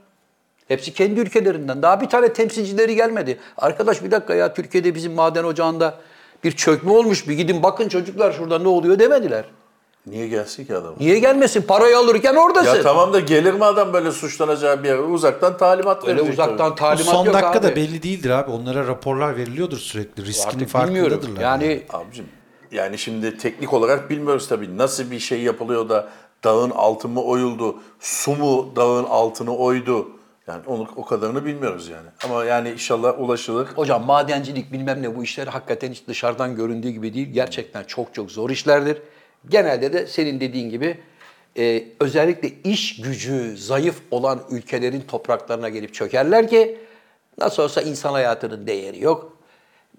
Speaker 3: Hepsi kendi ülkelerinden. Daha bir tane temsilcileri gelmedi. Arkadaş bir dakika ya Türkiye'de bizim maden ocağında bir çökme olmuş. Bir gidin bakın çocuklar şurada ne oluyor demediler.
Speaker 2: Niye gelsin ki adam?
Speaker 3: Niye gelmesin? Parayı alırken oradasın.
Speaker 2: Ya tamam da gelir mi adam böyle suçlanacağı bir yere? Uzaktan talimat
Speaker 3: Öyle
Speaker 2: verecek
Speaker 3: uzaktan
Speaker 2: tabii.
Speaker 4: O
Speaker 3: talimat
Speaker 4: son
Speaker 3: yok
Speaker 4: dakika
Speaker 3: abi.
Speaker 4: da belli değildir abi. Onlara raporlar veriliyordur sürekli. Riskinin
Speaker 3: Artık bilmiyorum.
Speaker 4: farkındadırlar.
Speaker 3: Yani
Speaker 2: Abicim yani şimdi teknik olarak bilmiyoruz tabii nasıl bir şey yapılıyor da dağın altı mı oyuldu, su mu dağın altını oydu. Yani onu o kadarını bilmiyoruz yani. Ama yani inşallah ulaşılır.
Speaker 3: Hocam madencilik bilmem ne bu işler hakikaten hiç dışarıdan göründüğü gibi değil. Gerçekten çok çok zor işlerdir. Genelde de senin dediğin gibi e, özellikle iş gücü zayıf olan ülkelerin topraklarına gelip çökerler ki nasıl olsa insan hayatının değeri yok.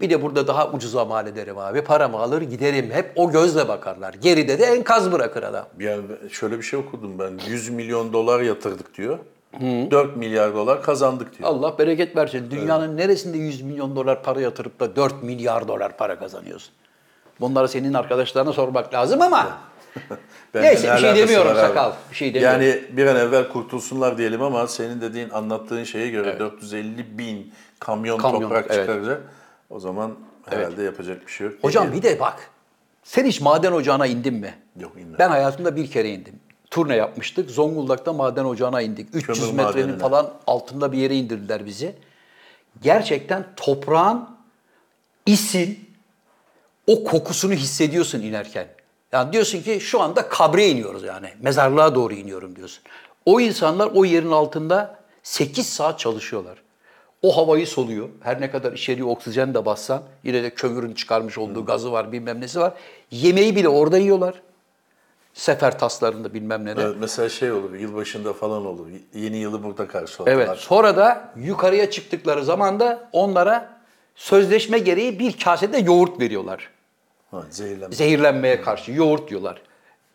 Speaker 3: Bir de burada daha ucuza mal ederim abi. Paramı alır giderim. Hep o gözle bakarlar. Geride de enkaz bırakır adam.
Speaker 2: Yani şöyle bir şey okudum ben. 100 milyon dolar yatırdık diyor. 4 milyar dolar kazandık diyor.
Speaker 3: Allah bereket versin. Dünyanın neresinde 100 milyon dolar para yatırıp da 4 milyar dolar para kazanıyorsun? Bunları senin arkadaşlarına sormak lazım ama
Speaker 2: Benden
Speaker 3: Neyse,
Speaker 2: ne
Speaker 3: bir şey
Speaker 2: alakası
Speaker 3: demiyorum
Speaker 2: var abi?
Speaker 3: sakal, bir şey demiyorum.
Speaker 2: Yani bir an evvel kurtulsunlar diyelim ama senin dediğin anlattığın şeye göre 450 bin kamyon,
Speaker 3: Kamyon,
Speaker 2: toprak
Speaker 3: evet.
Speaker 2: çıkaracak. O zaman herhalde yapacak bir şey yok.
Speaker 3: hocam
Speaker 2: Geliyor.
Speaker 3: bir de bak. Sen hiç maden ocağına indin mi?
Speaker 2: Yok, inmedim.
Speaker 3: Ben hayatımda bir kere indim. Turne yapmıştık. Zonguldak'ta maden ocağına indik. 300
Speaker 2: Kömür
Speaker 3: metrenin
Speaker 2: madenine.
Speaker 3: falan altında bir yere indirdiler bizi. Gerçekten toprağın isin o kokusunu hissediyorsun inerken. Yani diyorsun ki şu anda kabre iniyoruz yani. Mezarlığa doğru iniyorum diyorsun. O insanlar o yerin altında 8 saat çalışıyorlar. O havayı soluyor. Her ne kadar içeriye oksijen de bassan yine de kömürün çıkarmış olduğu gazı var bilmem nesi var. Yemeği bile orada yiyorlar. Sefer taslarında bilmem ne de.
Speaker 2: Evet, mesela şey olur, yılbaşında falan olur. Yeni yılı burada karşılarlar.
Speaker 3: Evet. Sonra da yukarıya çıktıkları zaman da onlara sözleşme gereği bir kasede yoğurt veriyorlar.
Speaker 2: Ha, zehirlenme.
Speaker 3: Zehirlenmeye karşı yoğurt diyorlar.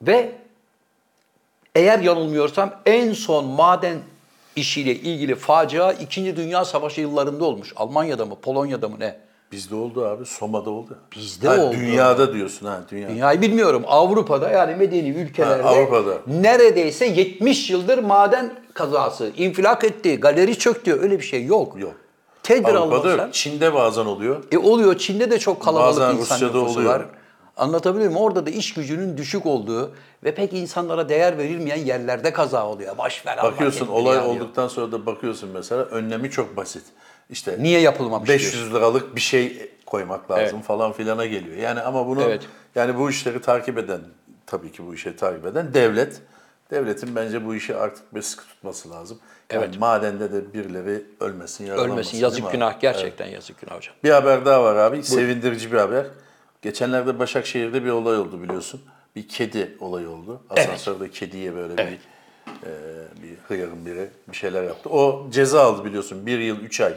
Speaker 3: Ve eğer yanılmıyorsam en son maden işiyle ilgili facia 2. Dünya Savaşı yıllarında olmuş. Almanya'da mı, Polonya'da mı ne?
Speaker 2: Bizde oldu abi, Soma'da oldu.
Speaker 3: Bizde
Speaker 2: Ha,
Speaker 3: oldu.
Speaker 2: Dünyada diyorsun ha, dünya.
Speaker 3: Dünyayı bilmiyorum. Avrupa'da yani medeni ülkelerde
Speaker 2: Ha, Avrupa'da.
Speaker 3: neredeyse 70 yıldır maden kazası. infilak etti, galeri çöktü. Öyle bir şey yok.
Speaker 2: Yok.
Speaker 3: Tedbir
Speaker 2: Avrupa'da
Speaker 3: almazsan.
Speaker 2: yok. Çin'de bazen oluyor.
Speaker 3: E oluyor. Çin'de de çok kalabalık
Speaker 2: Bazen
Speaker 3: insan
Speaker 2: Rusya'da
Speaker 3: nüfusu
Speaker 2: oluyor.
Speaker 3: var. Anlatabiliyor muyum? Orada da iş gücünün düşük olduğu ve pek insanlara değer verilmeyen yerlerde kaza oluyor. Baş ver Allah
Speaker 2: Bakıyorsun
Speaker 3: kendini
Speaker 2: olay
Speaker 3: ya diyor.
Speaker 2: olduktan sonra da bakıyorsun mesela önlemi çok basit. İşte
Speaker 3: Niye yapılmamış diyorsun?
Speaker 2: 500 liralık bir şey koymak lazım falan filana geliyor. Yani ama bunu
Speaker 3: Evet.
Speaker 2: yani bu işleri takip eden tabii ki bu işi takip eden devlet devletin bence bu işi artık bir sıkı tutması lazım. Yani madende de birileri ölmesin, yaralamasın.
Speaker 3: Ölmesin
Speaker 2: değil mi
Speaker 3: yazık
Speaker 2: abi?
Speaker 3: günah gerçekten yazık günah hocam.
Speaker 2: Bir haber daha var abi. Sevindirici bir haber. Geçenlerde Başakşehir'de bir olay oldu biliyorsun. Bir kedi olayı oldu. Asansörde kediye böyle bir, e, bir hıyarın biri bir şeyler yaptı. O ceza aldı biliyorsun. Bir yıl, üç ay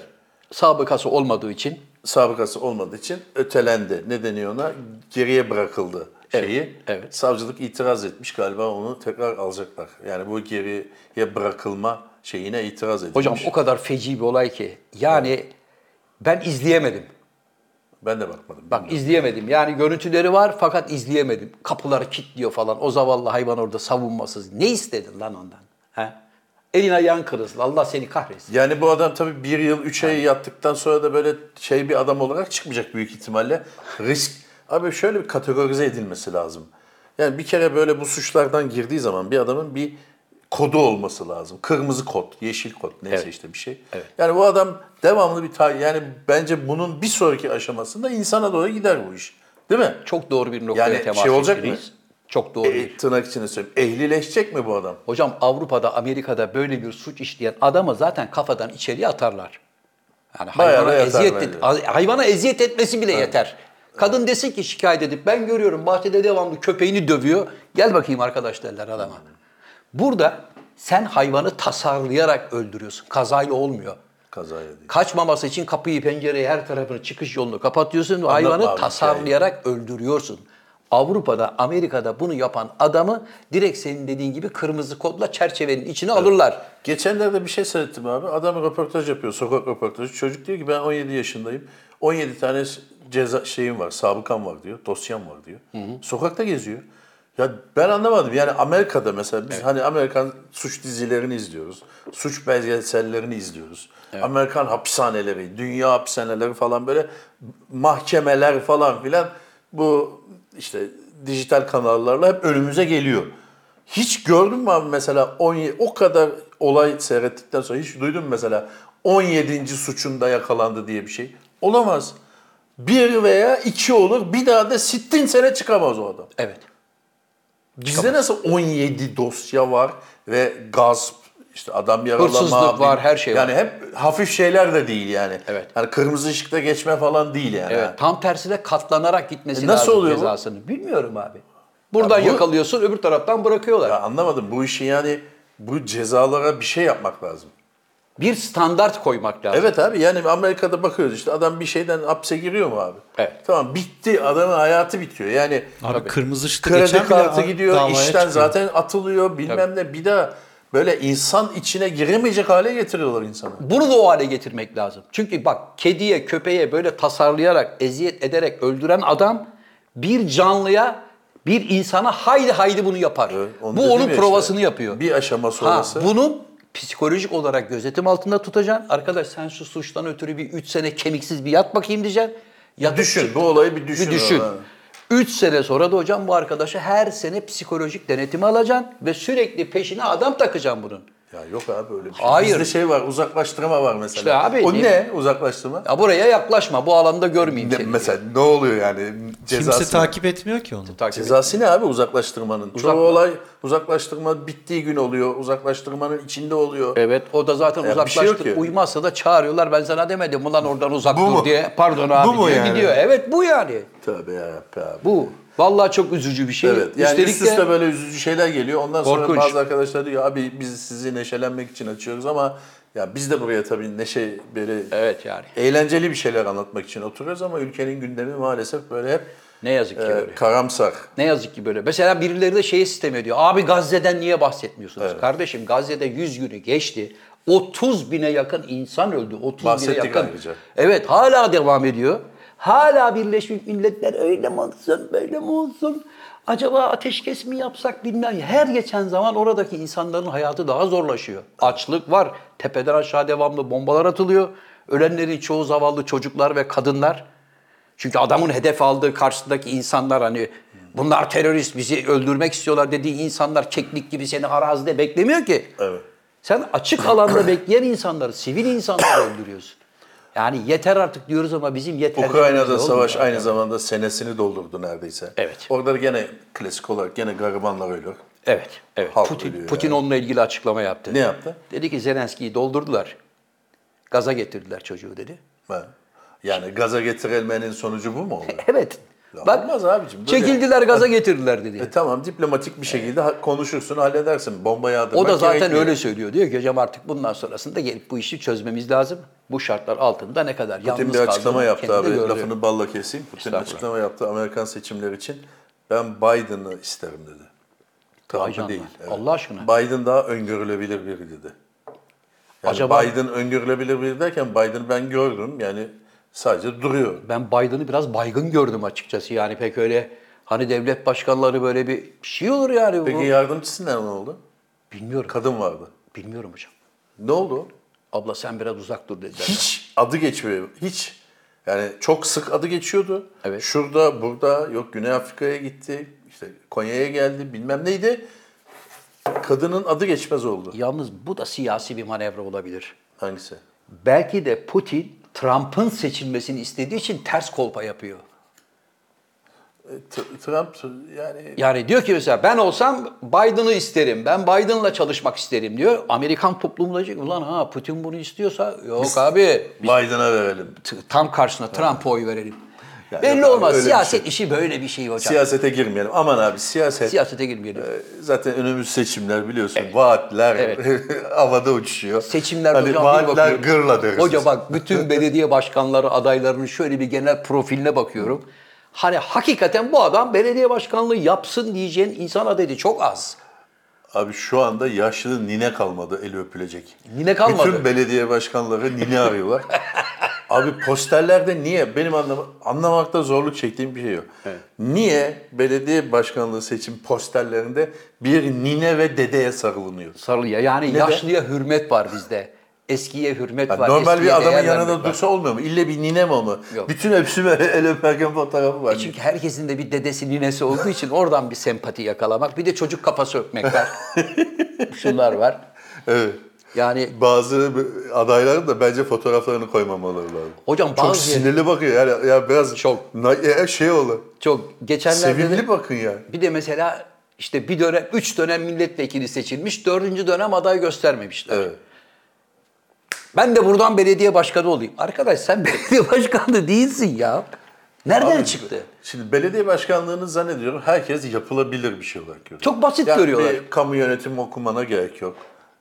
Speaker 3: Sabıkası olmadığı için
Speaker 2: sabıkası olmadığı için ötelendi. Ne deniyor ona? Geriye bırakıldı şeyi.
Speaker 3: evet.
Speaker 2: Savcılık itiraz etmiş galiba onu tekrar alacaklar. Yani bu geriye bırakılma şeyine itiraz edilmiş.
Speaker 3: hocam o kadar feci bir olay ki. Yani ben izleyemedim.
Speaker 2: Ben de bakmadım.
Speaker 3: Bak izleyemedim. Yani görüntüleri var fakat izleyemedim. Kapıları kilitliyor falan. O zavallı hayvan orada savunmasız. Ne istedin lan ondan? He? Elin ayağın kırılsın. Allah seni kahretsin.
Speaker 2: Yani bu adam tabii bir yıl, üç ay yattıktan sonra da böyle şey bir adam olarak çıkmayacak büyük ihtimalle. Risk. Abi şöyle bir kategorize edilmesi lazım. Yani bir kere böyle bu suçlardan girdiği zaman bir adamın bir kodu olması lazım. Kırmızı kod, yeşil kod neyse işte bir şey. Yani bu adam devamlı bir ta- yani bence bunun bir sonraki aşamasında insana doğru gider bu iş. Değil mi?
Speaker 3: Çok doğru bir noktaya
Speaker 2: Yani
Speaker 3: temas
Speaker 2: şey olacak
Speaker 3: ettiniz.
Speaker 2: mı?
Speaker 3: Çok doğru bir.
Speaker 2: E, tırnak içinde söyleyeyim. Ehlileşecek mi bu adam?
Speaker 3: Hocam Avrupa'da, Amerika'da böyle bir suç işleyen adamı zaten kafadan içeriye atarlar. Yani
Speaker 2: Bayağı
Speaker 3: hayvana
Speaker 2: da yatar
Speaker 3: eziyet,
Speaker 2: bence.
Speaker 3: az- hayvana eziyet etmesi bile yeter. Kadın desin ki şikayet edip ben görüyorum bahçede devamlı köpeğini dövüyor. Gel bakayım arkadaş derler adama. Burada sen hayvanı tasarlayarak öldürüyorsun. Kazayla olmuyor.
Speaker 2: Kazaya değil.
Speaker 3: Kaçmaması için kapıyı, pencereyi, her tarafını, çıkış yolunu kapatıyorsun. ve
Speaker 2: abi
Speaker 3: hayvanı
Speaker 2: hikayeyi.
Speaker 3: tasarlayarak öldürüyorsun. Avrupa'da, Amerika'da bunu yapan adamı direkt senin dediğin gibi kırmızı kodla çerçevenin içine alırlar.
Speaker 2: Geçenlerde bir şey seyrettim abi. Adam röportaj yapıyor, sokak röportajı. Çocuk diyor ki ben 17 yaşındayım. 17 tane ceza şeyim var, sabıkam var diyor, dosyam var diyor. Sokakta geziyor. Ya ben anlamadım. Yani Amerika'da mesela biz hani Amerikan suç dizilerini izliyoruz. Suç belgesellerini izliyoruz. Amerikan hapishaneleri, dünya hapishaneleri falan böyle mahkemeler falan filan bu işte dijital kanallarla hep önümüze geliyor. Hiç gördün mü abi mesela 17, o kadar olay seyrettikten sonra hiç duydun mu mesela 17. suçunda yakalandı diye bir şey? Olamaz. Bir veya iki olur bir daha da sittin sene çıkamaz o adam.
Speaker 3: Evet.
Speaker 2: Bizde nasıl 17 dosya var ve gasp, işte adam yaralama.
Speaker 3: Hırsızlık var, her şey var.
Speaker 2: Yani hep hafif şeyler de değil yani.
Speaker 3: Evet.
Speaker 2: Yani kırmızı ışıkta geçme falan değil yani.
Speaker 3: Evet. Tam tersine katlanarak gitmesi
Speaker 2: E, nasıl
Speaker 3: lazım
Speaker 2: oluyor bu?
Speaker 3: cezasını. Bilmiyorum abi. Buradan
Speaker 2: Ya bu-
Speaker 3: yakalıyorsun, öbür taraftan bırakıyorlar.
Speaker 2: Ya anlamadım bu işi yani bu cezalara bir şey yapmak lazım.
Speaker 3: Bir standart koymak lazım.
Speaker 2: Evet abi yani Amerika'da bakıyoruz işte adam bir şeyden hapse giriyor mu abi?
Speaker 3: Evet.
Speaker 2: Tamam bitti adamın hayatı bitiyor. Yani
Speaker 4: Abi kırmızı ışıkta geçen
Speaker 2: kredi
Speaker 4: bile
Speaker 2: kartı
Speaker 4: a-
Speaker 2: gidiyor,
Speaker 4: davaya
Speaker 2: işten
Speaker 4: çıkıyor.
Speaker 2: zaten atılıyor bilmem ne bir daha böyle insan içine giremeyecek hale getiriyorlar insanı.
Speaker 3: Bunu da o hale getirmek lazım. Çünkü bak kediye, köpeğe böyle tasarlayarak, eziyet ederek öldüren adam bir canlıya, bir insana haydi haydi bunu yapar.
Speaker 2: Onu
Speaker 3: Bu
Speaker 2: dedim
Speaker 3: onun
Speaker 2: ya işte,
Speaker 3: provasını yapıyor.
Speaker 2: Bir aşama sonrası.
Speaker 3: Ha, bunu psikolojik olarak gözetim altında tutacaksın. Arkadaş sen şu suçtan ötürü bir 3 sene kemiksiz bir yat bakayım diyeceksin. Yatıp
Speaker 2: düşün
Speaker 3: çık-
Speaker 2: bu olayı bir düşün.
Speaker 3: bir düşün.
Speaker 2: Ha.
Speaker 3: 3 sene sonra da hocam bu arkadaşı her sene psikolojik denetimi alacaksın ve sürekli peşine adam takacaksın bunun.
Speaker 2: Ya yok abi öyle bir şey.
Speaker 3: Hayır.
Speaker 2: Bizde şey var uzaklaştırma var mesela.
Speaker 3: İşte abi,
Speaker 2: o
Speaker 3: ne-
Speaker 2: ne uzaklaştırma?
Speaker 3: Ya buraya yaklaşma, bu alanda görmeyeyim
Speaker 2: Ne-
Speaker 3: seni.
Speaker 2: mesela ne oluyor yani cezası?
Speaker 4: Kimse takip etmiyor ki onu.
Speaker 3: Takip et.
Speaker 2: Cezası ne abi uzaklaştırmanın?
Speaker 3: Uzak-
Speaker 2: Çoğu olay uzaklaştırma bittiği gün oluyor. Uzaklaştırmanın içinde oluyor.
Speaker 3: Evet o da zaten
Speaker 2: Ya bir şey
Speaker 3: uzaklaştı.
Speaker 2: yok ki.
Speaker 3: Uymazsa da çağırıyorlar. Ben sana demedim ulan oradan uzak
Speaker 2: Bu
Speaker 3: dur
Speaker 2: mu?
Speaker 3: diye. Pardon abi
Speaker 2: Bu mu
Speaker 3: diyor
Speaker 2: yani?
Speaker 3: gidiyor. Evet bu yani.
Speaker 2: Tövbe yarabbim abi.
Speaker 3: Bu. Vallahi çok üzücü bir şey.
Speaker 2: Evet. Yani
Speaker 3: Üstelik
Speaker 2: üst üste
Speaker 3: de
Speaker 2: böyle üzücü şeyler geliyor. Ondan sonra
Speaker 3: Korkunç.
Speaker 2: bazı arkadaşlar diyor abi biz sizi neşelenmek için açıyoruz ama ya biz de buraya tabii neşe böyle
Speaker 3: Evet yani.
Speaker 2: eğlenceli bir şeyler anlatmak için oturuyoruz ama ülkenin gündemi maalesef böyle hep
Speaker 3: Ne yazık ki
Speaker 2: e,
Speaker 3: böyle.
Speaker 2: karamsar.
Speaker 3: Ne yazık ki böyle. Mesela birileri de şeyi sistem ediyor. Abi Gazze'den niye bahsetmiyorsunuz? Kardeşim Gazze'de 100 günü geçti. 30 bine yakın insan öldü. 30
Speaker 2: Bahsettik
Speaker 3: bine yakın.
Speaker 2: ayrıca.
Speaker 3: Evet hala devam ediyor. Hala Birleşmiş Milletler öyle mi olsun, böyle mi olsun? Acaba ateşkes mi yapsak bilmem. Her geçen zaman oradaki insanların hayatı daha zorlaşıyor. Açlık var. Tepeden aşağı devamlı bombalar atılıyor. Ölenlerin çoğu zavallı çocuklar ve kadınlar. Çünkü adamın hedef aldığı karşısındaki insanlar hani bunlar terörist bizi öldürmek istiyorlar dediği insanlar keklik gibi seni arazide beklemiyor ki.
Speaker 2: Evet.
Speaker 3: Sen açık alanda bekleyen insanları, sivil insanları öldürüyorsun. Yani yeter artık diyoruz ama bizim yeter.
Speaker 2: Ukrayna'da savaş aynı zamanda senesini doldurdu neredeyse.
Speaker 3: Evet.
Speaker 2: Orada gene klasik olarak gene garibanlar ölür.
Speaker 3: Evet, evet.
Speaker 2: Halk
Speaker 3: Putin,
Speaker 2: ölüyor
Speaker 3: Putin
Speaker 2: yani.
Speaker 3: onunla ilgili açıklama yaptı.
Speaker 2: Ne yaptı?
Speaker 3: Dedi ki Zelenski'yi doldurdular. Gaza getirdiler çocuğu dedi.
Speaker 2: Ha. Yani gaza getirilmenin sonucu bu mu oluyor?
Speaker 3: Evet.
Speaker 2: Ya
Speaker 3: Bak,
Speaker 2: olmaz abicim, böyle-
Speaker 3: Çekildiler gaza getirdiler dedi.
Speaker 2: E tamam diplomatik bir şekilde ha- konuşursun halledersin. Bomba yağdırmak
Speaker 3: O da zaten
Speaker 2: gerekmiyor.
Speaker 3: öyle söylüyor. Diyor ki hocam artık bundan sonrasında gelip bu işi çözmemiz lazım. Bu şartlar altında ne kadar
Speaker 2: Putin
Speaker 3: yalnız
Speaker 2: bir açıklama
Speaker 3: kaldığını
Speaker 2: yaptı
Speaker 3: kendi de
Speaker 2: abi.
Speaker 3: gördü.
Speaker 2: Lafını balla keseyim. Putin
Speaker 3: Estağfurullah.
Speaker 2: açıklama yaptı Amerikan seçimleri için. Ben Biden'ı isterim dedi.
Speaker 3: Vay
Speaker 2: Trump'ı
Speaker 3: canına.
Speaker 2: değil.
Speaker 3: Allah aşkına.
Speaker 2: Biden daha öngörülebilir biri dedi. Yani
Speaker 3: Acaba-
Speaker 2: Biden öngörülebilir biri derken Biden'ı ben gördüm. Yani sadece duruyor.
Speaker 3: Ben Biden'ı biraz baygın gördüm açıkçası. Yani pek öyle hani devlet başkanları böyle bir şey olur yani. Bu-
Speaker 2: Peki yardımcısından ne oldu?
Speaker 3: Bilmiyorum.
Speaker 2: Kadın vardı.
Speaker 3: Bilmiyorum hocam.
Speaker 2: Ne oldu? o?
Speaker 3: Abla sen biraz uzak dur dediler.
Speaker 2: Hiç adı geçmiyor. Hiç. Yani çok sık adı geçiyordu.
Speaker 3: Evet.
Speaker 2: Şurada, burada, yok Güney Afrika'ya gitti, işte Konya'ya geldi, bilmem neydi. Kadının adı geçmez oldu.
Speaker 3: Yalnız bu da siyasi bir manevra olabilir.
Speaker 2: Hangisi?
Speaker 3: Belki de Putin Trump'ın seçilmesini istediği için ters kolpa yapıyor.
Speaker 2: E, Tr- Trump yani
Speaker 3: Yani diyor ki mesela ben olsam Biden'ı isterim. Ben Biden'la çalışmak isterim diyor. Amerikan toplumu da diyecek ulan ha Putin bunu istiyorsa yok abi
Speaker 2: Biden'a verelim.
Speaker 3: t- tam karşısına Trump'a oy verelim.
Speaker 2: Yani
Speaker 3: Belli
Speaker 2: yok abi,
Speaker 3: olmaz.
Speaker 2: öyle bir
Speaker 3: Siyaset işi böyle bir şey hocam.
Speaker 2: Siyasete girmeyelim. Aman abi siyaset.
Speaker 3: Siyasete girmeyelim.
Speaker 2: e, Zaten önümüz seçimler biliyorsun. Vaatler havada uçuşuyor.
Speaker 3: Seçimler
Speaker 2: hani
Speaker 3: hocam bir
Speaker 2: vaatler
Speaker 3: bakıyorum.
Speaker 2: gırla deriz.
Speaker 3: Hoca bak bütün belediye başkanları adaylarının şöyle bir genel profiline bakıyorum. Hani hakikaten bu adam belediye başkanlığı yapsın diyeceğin insan adedi çok az.
Speaker 2: Abi şu anda yaşlı nine kalmadı eli öpülecek.
Speaker 3: Nine kalmadı.
Speaker 2: Bütün belediye başkanları nine arıyorlar. Abi posterlerde niye? Benim anlam anlamakta zorluk çektiğim bir şey yok. Niye belediye başkanlığı seçim posterlerinde bir nine ve dedeye sarılınıyor?
Speaker 3: Sarılıya yani
Speaker 2: de?
Speaker 3: yaşlıya hürmet var bizde. Eskiye hürmet
Speaker 2: Yani
Speaker 3: var.
Speaker 2: normal
Speaker 3: eskiye
Speaker 2: bir adamın
Speaker 3: değer
Speaker 2: yanında
Speaker 3: vermek var.
Speaker 2: dursa olmuyor mu? İlle bir nine mi ama?
Speaker 3: Yok. E
Speaker 2: Bütün hepsi böyle el öperken fotoğrafı var.
Speaker 3: Çünkü herkesin de bir dedesi ninesi olduğu için oradan bir sempati yakalamak. Bir de çocuk kafası öpmek var. Şunlar var.
Speaker 2: Evet.
Speaker 3: Yani
Speaker 2: Bazı adayların da bence fotoğraflarını koymamaları lazım.
Speaker 3: Hocam
Speaker 2: Çok
Speaker 3: bazı-
Speaker 2: sinirli bakıyor. Yani, ya biraz
Speaker 3: Çok.
Speaker 2: Na- ya şey olur.
Speaker 3: çok geçenlerde de-
Speaker 2: Sevimli bakın ya.
Speaker 3: Bir de mesela işte bir dönem, üç dönem milletvekili seçilmiş, dördüncü dönem aday göstermemişler.
Speaker 2: Evet.
Speaker 3: Ben de buradan belediye başkanı olayım. Arkadaş sen belediye başkanı değilsin ya. Nereden çıktı?
Speaker 2: Şimdi belediye başkanlığını zannediyorum herkes yapılabilir bir şey olarak görüyor.
Speaker 3: Çok basit görüyorlar.
Speaker 2: Bir kamu yönetimi okumana gerek yok.